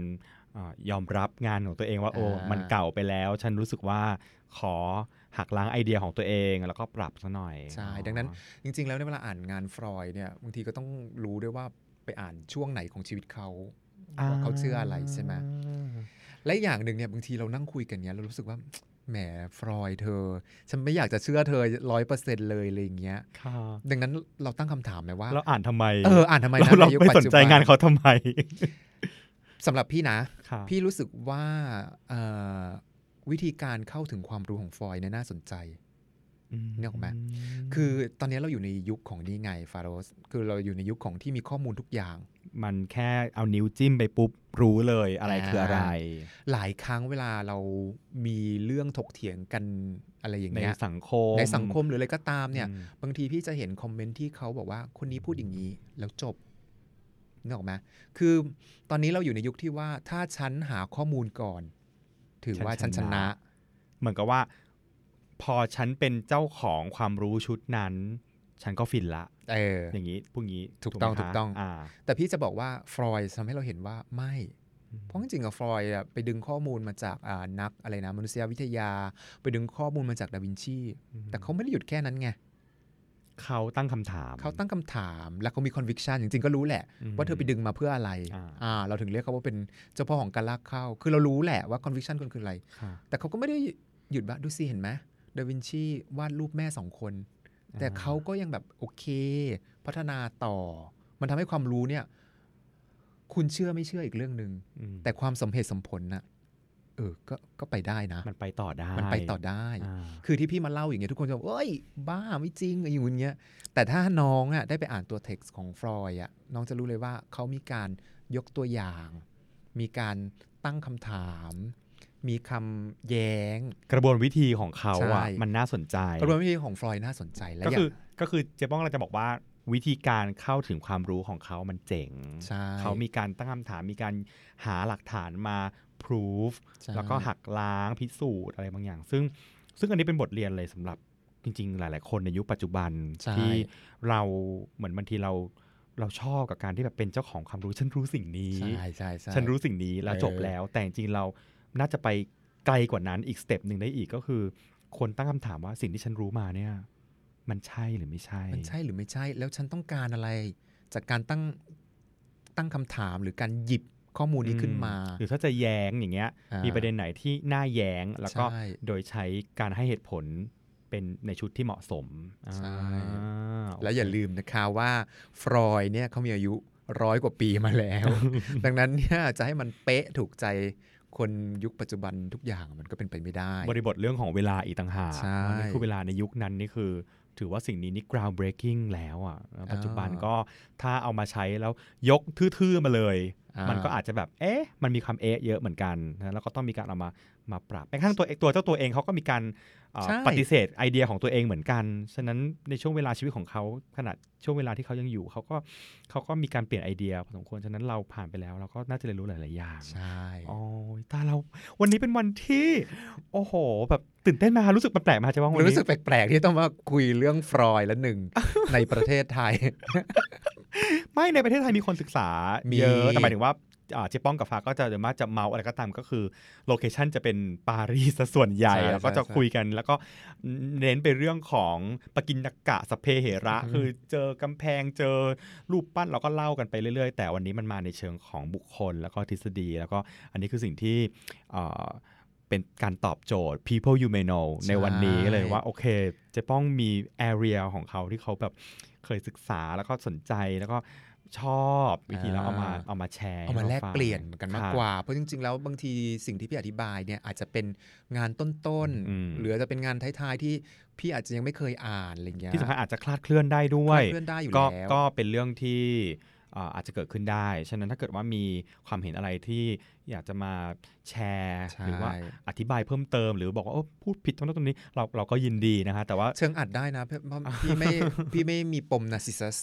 [SPEAKER 1] เอ่อยอมรับงานของตัวเองว่าโอ้
[SPEAKER 2] อ่ามั
[SPEAKER 1] มันเก่าไปแล้ว ฉันรู้สึกว่าขอหักล้างไอเดียของตัวเองแล้วก็ปรับซะหน่อย
[SPEAKER 2] ใช่ดังนั้นจริง ๆ แล้วในยเวลาอ่านงานฟรอยเนี่ยบางทีก็ต้องรู้ด้วยว่าไปอ่านช่วงไหนของชีวิตเขาว่าเขาเชื่ออะไรใช่ไหม และอีกอย่างหนึ่งเนี่ยบางทีเรานั่งคุยกันเนี่ยเรารู้สึกว่า แหมฟรอยด์เธอ ฉันไม่อยากจะเชื่อเธอร้อยเปอร์เซ็นเลยอะไรอย่างเงี้ย
[SPEAKER 1] ค่ะ
[SPEAKER 2] ดังนั้นเราตั้งคำถามไหมว่า
[SPEAKER 1] เราอ่านทำไม
[SPEAKER 2] เออ อ่านทำไม
[SPEAKER 1] เรา
[SPEAKER 2] นะ
[SPEAKER 1] เรา
[SPEAKER 2] ยุค
[SPEAKER 1] ไม่ส
[SPEAKER 2] ปัจ
[SPEAKER 1] น
[SPEAKER 2] จุบั
[SPEAKER 1] ใจงานเขาทำไม
[SPEAKER 2] สำหรับพี่นะ
[SPEAKER 1] ค่ะ
[SPEAKER 2] พี่รู้สึกว่าเอ่อวิธีการเข้าถึงความรู้ของฟรอยด์เนี่ยน่าสนใจ เนี่ยออกมา คือตอนนี้เราอยู่ในยุคของนี่ไงฟาโรส คือเราอยู่ในยุคของที่มีข้อมูลทุกอย่าง
[SPEAKER 1] มันแค่เอานิ้วจิ้มไปปุ๊บรู้เลยอะไร
[SPEAKER 2] อ่า
[SPEAKER 1] คืออะไร
[SPEAKER 2] หลายครั้งเวลาเรามีเรื่องถกเถียงกันอะไรอย่าง
[SPEAKER 1] ใน
[SPEAKER 2] เงี้ย
[SPEAKER 1] สังคม
[SPEAKER 2] ในสังคมหรืออะไรก็ตามเนี่ย
[SPEAKER 1] อืม
[SPEAKER 2] บางทีพี่จะเห็นคอมเมนต์ที่เขาบอกว่าคนนี้พูดอย่างนี้แล้วจบนึกออกไหมคือตอนนี้เราอยู่ในยุคที่ว่าถ้าฉันหาข้อมูลก่อน ถือว่า
[SPEAKER 1] ฉั
[SPEAKER 2] ฉั
[SPEAKER 1] น
[SPEAKER 2] น
[SPEAKER 1] ช
[SPEAKER 2] ช
[SPEAKER 1] นะ
[SPEAKER 2] นะ
[SPEAKER 1] เหมือนกับว่า พอฉันเป็นเจ้าของความรู้ชุดนั้น ฉันก็ฟินละ
[SPEAKER 2] เออ
[SPEAKER 1] อย่างนี้พวกนี้
[SPEAKER 2] ถูกต้อง
[SPEAKER 1] ไหมคะ
[SPEAKER 2] ถูกต้อง
[SPEAKER 1] อ่า
[SPEAKER 2] แต่พี่จะบอกว่าฟรอยด์ทำให้เราเห็นว่าไม่ เพราะจริงๆอะฟรอยด์อะไปดึงข้อมูลมาจากอ่านักอะไรนะมนุษยวิทยา ไปดึงข้อมูลมาจากดาวินชี
[SPEAKER 1] อืม
[SPEAKER 2] แต่เขาไม่ได้หยุดแค่นั้นไง
[SPEAKER 1] เขาตั้งคำถาม
[SPEAKER 2] เขาตั้งคำถามแล้วเขามี conviction จริงๆก็รู้แหละ
[SPEAKER 1] ม
[SPEAKER 2] ว่าเธอไปดึงมาเพื่ออะไร
[SPEAKER 1] อ่า
[SPEAKER 2] อ่า เราถึงเรียกเขาว่าเป็นเจ้าพ่อของการลากเข้า คือเรารู้แหละว่า conviction คนคืออะไร
[SPEAKER 1] ค่ะ
[SPEAKER 2] แต่เขาก็ไม่ได้หยุดว่าดูสิเห็นไหมดาวินชีวาดรูปแม่สองคน แต่
[SPEAKER 1] อ่า
[SPEAKER 2] เขาก็ยังแบบโอเค พัฒนาต่อ มันทำให้ความรู้เนี่ย คุณเชื่อไม่เชื่ออีกเรื่องหนึง่ง
[SPEAKER 1] อืม
[SPEAKER 2] แต่ความสมเหตุสมผลน่ะ เออ ก็ก็ไปได้นะ
[SPEAKER 1] มันไปต่อได้
[SPEAKER 2] มันไปต่อได้
[SPEAKER 1] อ่า
[SPEAKER 2] คือที่พี่มาเล่าอย่างเงี้ยทุกคนจะบอกเอ้ย บ้าไม่จริงอยู่อย่างเงี้ย แต่ถ้าน้องอ่ะได้ไปอ่านตัวเท็กซ์ของฟรอยด์อ่ะน้องจะรู้เลยว่าเขามีการยกตัวอย่าง มีการตั้งคำถาม มีคำแย้ง
[SPEAKER 1] กระบวนวิธีของเขาอ่ะ
[SPEAKER 2] ใช่
[SPEAKER 1] มันน่าสนใจ
[SPEAKER 2] กระบวนวิธีของฟรอยด์น่าสนใจและ
[SPEAKER 1] ก็
[SPEAKER 2] อย่า
[SPEAKER 1] คือง ก็คือเจ๊ป้องเราจะบอกว่าวิธีการเข้าถึงความรู้ของเขามันเจ๋ง
[SPEAKER 2] ใช่
[SPEAKER 1] เขามีการตั้งคำถามมีการหาหลักฐานมา proof
[SPEAKER 2] ใช่
[SPEAKER 1] แล้วก็หักล้างพิสูจน์อะไรบางอย่าง ซึ่งซึ่งอันนี้เป็นบทเรียนเลยสำหรับจริง ๆ หลาย ๆ คนในยุคปัจจุบัน
[SPEAKER 2] ใช่
[SPEAKER 1] ที่เราเหมือนบางทีเราเราชอบกับการที่แบบเป็นเจ้าของความรู้ฉันรู้สิ่งนี้
[SPEAKER 2] ใช่ใช่ใช่
[SPEAKER 1] ฉันรู้สิ่งนี้แล้ว
[SPEAKER 2] เออ
[SPEAKER 1] จบแล้ว แต่จริงๆเราน่าจะไปไกลกว่านั้นอีกสเต็ปหนึ่งได้อีกก็คือ คนตั้งคำถามว่าสิ่งที่ฉันรู้มาเนี่ย มันใช่หรือไม่ใช่
[SPEAKER 2] มันใช่หรือไม่ใช่ แล้วฉันต้องการอะไร จากการตั้งตั้งคำถามหรือการหยิบข้อมูลนี้ขึ้นมา
[SPEAKER 1] หรือถ้าจะแย้งอย่างเงี้ย
[SPEAKER 2] อ่า
[SPEAKER 1] มีประเด็นไหนที่น่าแย้งแล้วก็
[SPEAKER 2] ใช่
[SPEAKER 1] โดยใช้การให้เหตุผลเป็นในชุดที่เหมาะสม
[SPEAKER 2] ใช่
[SPEAKER 1] อ่า
[SPEAKER 2] และอย่าลืมนะคะว่าฟรอยด์เนี่ยเขามีอายุร้อยกว่าปีมาแล้ว ดังนั้นเนี่ยจะให้มันเป๊ะถูกใจคนยุคปัจจุบันทุกอย่างมันก็เป็นไปไม่ได้
[SPEAKER 1] บริบทเรื่องของเวลาอีกต่างหาก
[SPEAKER 2] ใช่
[SPEAKER 1] อันนี้คือเวลาในยุคนั้นนี่คือ ถือว่าสิ่งนี้นี่ ground breaking แล้วอ่ะแล้วปัจจุบัน
[SPEAKER 2] อ่า
[SPEAKER 1] ก็ถ้าเอามาใช้แล้วยกทื่อๆมาเลย มันก็อาจจะแบบ เอ๊ะ มันมีคำเอ๊ะเยอะเหมือนกันนะแล้วก็ต้องมีการเอามา มาปรับแม้กระทั่งตัวเองตัวเจ้าตัวเองเขาก็มีการเอ่อ
[SPEAKER 2] ใช่
[SPEAKER 1] ปฏิเสธไอเดียของตัวเองเหมือนกัน ฉะนั้นในช่วงเวลาชีวิตของเขาขนาดช่วงเวลาที่เขายังอยู่เขาก็เขาก็มีการเปลี่ยนไอเดียพอสมควร ฉะนั้นเราผ่านไปแล้ว เราก็น่าจะเรียนรู้หลาย ๆ อย่าง
[SPEAKER 2] ใช่
[SPEAKER 1] โอ้ยตาเรา วันนี้เป็นวันที่ โอ้โห แบบตื่นเต้นมากรู้สึกแปลกๆมากใช่ไหมวันนี้
[SPEAKER 2] รู้สึกแปลกๆที่ต้องมาคุยเรื่องฟรอยด์ละ หนึ่ง ในประเทศไทย
[SPEAKER 1] ไม่ในประเทศไทยมีคนศึกษามเยอะ
[SPEAKER 2] มี
[SPEAKER 1] แต่หมายถึงว่าอ่าเจ๊ป้องกับฟ้าก็จะโดยมากจะเมาอะไรก็ตามก็คือโลเคชันจะเป็นปารีสซะส่วนใหญ่ แล้วก็จะคุยกัน แล้วก็เน้นไปเรื่องของปกินนกะสพเพเหระ คือเจอกำแพงเจอรูปปั้นเราก็เล่ากันไปเรื่อยๆ แต่วันนี้มันมาในเชิงของบุคคล แล้วก็ทฤษฎี แล้วก็อันนี้คือสิ่งที่เอ่อเป็นการตอบโจทย์ people you may know ในวันนี้เลยว่า โอเคเจะป้องมี area ของเขาที่เขาแบบเคยศึกษาแล้วก็สนใจแล้วก็ชอบวิธีแล้วเอามา
[SPEAKER 2] อ่า
[SPEAKER 1] เอามาแชร์
[SPEAKER 2] เอามาแลก
[SPEAKER 1] ให้รฟัง
[SPEAKER 2] เปลี่ยนกันมากก
[SPEAKER 1] ค่ะ
[SPEAKER 2] ว่า เพราะจริงๆ แล้วบางทีสิ่งที่พี่อธิบายเนี่ยอาจจะเป็นงานต้น
[SPEAKER 1] อืม
[SPEAKER 2] ๆหรืออาจจะเป็นงานท้ายๆที่พี่อาจจะยังไม่เคยอ่านอะไรอย่างเงี้ย
[SPEAKER 1] ที่สำคัญอาจจะคลาดเคลื่อนได้ด้วย
[SPEAKER 2] เพื่อนได้อยู่
[SPEAKER 1] ก็
[SPEAKER 2] แล้ว
[SPEAKER 1] ก็เป็นเรื่องที่เอ่ออาจจะเกิดขึ้นได้ ฉะนั้นถ้าเกิดว่ามีความเห็นอะไรที่อยากจะมาแชร์
[SPEAKER 2] ใช่
[SPEAKER 1] หรือว่าอธิบายเพิ่มเติม หรือบอกว่าเอ้อพูดผิดตรงนั้นตรงนี้เราเราก็ยินดีนะฮะแต่ว่า
[SPEAKER 2] เชิงอัดได้นะเพราะ เพราะพี่ไม่ พี่ไม่มีปมนาซิซัส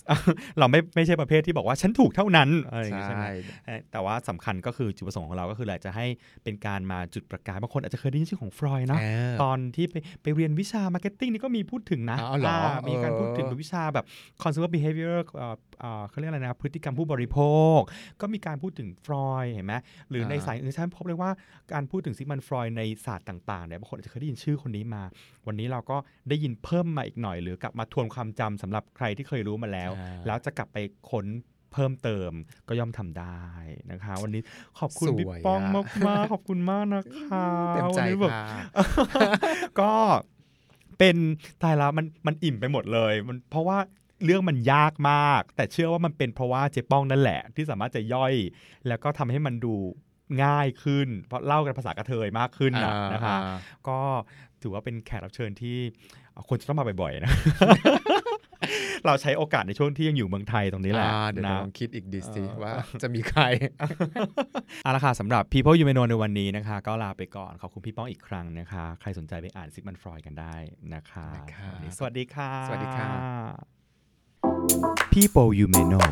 [SPEAKER 1] เราไม่ไม่ใช่ประเภทที่บอกว่าฉันถูกเท่านั้นอะไรอย่างงี้ใช่ไหม
[SPEAKER 2] ใช่
[SPEAKER 1] เอ่อแต่ว่าสำคัญก็คือจุดประสงค์ของเราก็คืออยากจะให้เป็นการมาจุดประกายบางคนอาจจะเคยได้ยินชื่อของฟรอยด์เนาะ
[SPEAKER 2] เออ
[SPEAKER 1] ตอนที่ไปไปเรียนวิชา Marketing นี่ก็มีพูดถึงนะ
[SPEAKER 2] อ๋อเหรอ
[SPEAKER 1] อ่ามีการพูดถึง
[SPEAKER 2] เออ
[SPEAKER 1] วิชาแบบ Consumer Behavior เอ่อเอ่อเขาเรียกอะไรนะพฤติกรรมผู้บริโภค ก็มีการพูดถึงฟรอยด์เห็นไหมหรือในสายอื่นฉันพบเลยว่าการพูดถึงซิกมันฟรอยด์ในศาสตร์ต่างๆเนี่ยบางคนอาจจะเคยได้ยินชื่อคนนี้มา วันนี้เราก็ได้ยินเพิ่มมาอีกหน่อย หรือกลับมาทวนความจำสำหรับใครที่เคยรู้มาแล้ว
[SPEAKER 2] อ่า
[SPEAKER 1] แล้วจะกลับไปค้น เพิ่มเติมก็ย่อมทำได้นะคะ วันนี้ขอบคุณ
[SPEAKER 2] สวย
[SPEAKER 1] พี่ป้อง
[SPEAKER 2] อะ
[SPEAKER 1] มากๆขอบคุณมากนะคะ
[SPEAKER 2] เต็มใจ
[SPEAKER 1] วันนี้แบบ
[SPEAKER 2] ค่ะ
[SPEAKER 1] ก็เป็นตายแล้วมันมันอิ่มไปหมดเลยมันเพราะว่าเรื่องมันยากมาก แต่เชื่อว่ามันเป็นเพราะว่าเจ๊ป้องนั่นแหละ ที่สามารถจะย่อย แล้วก็ทำให้มันดูง่ายขึ้น เพราะเล่ากันภาษากระเทยมากขึ้นน่ะนะคะ ก็ถือว่าเป็นแขกรับเชิญที่ ควรจะต้องมาบ่อยๆนะ เราใช้โอกาสในช่วงที่ยังอยู่เมืองไทยตรงนี้แหละ
[SPEAKER 2] อ่าเดี๋ยว
[SPEAKER 1] นะ
[SPEAKER 2] ลองคิดอีกดีสิ
[SPEAKER 1] เออ
[SPEAKER 2] ว่าจะมีใคร
[SPEAKER 1] เอาละค่ะสำหรับ People You May Know ในวันนี้นะคะ ก็ลาไปก่อน ขอบคุณพี่ป้องอีกครั้งนะคะ ใครสนใจไปอ่านซิกมันฟรอยกันได้นะคะ
[SPEAKER 2] นะคะ
[SPEAKER 1] วันนี้สวัสดีค่ะ
[SPEAKER 2] สวัสดีค่ะ
[SPEAKER 1] People You May Know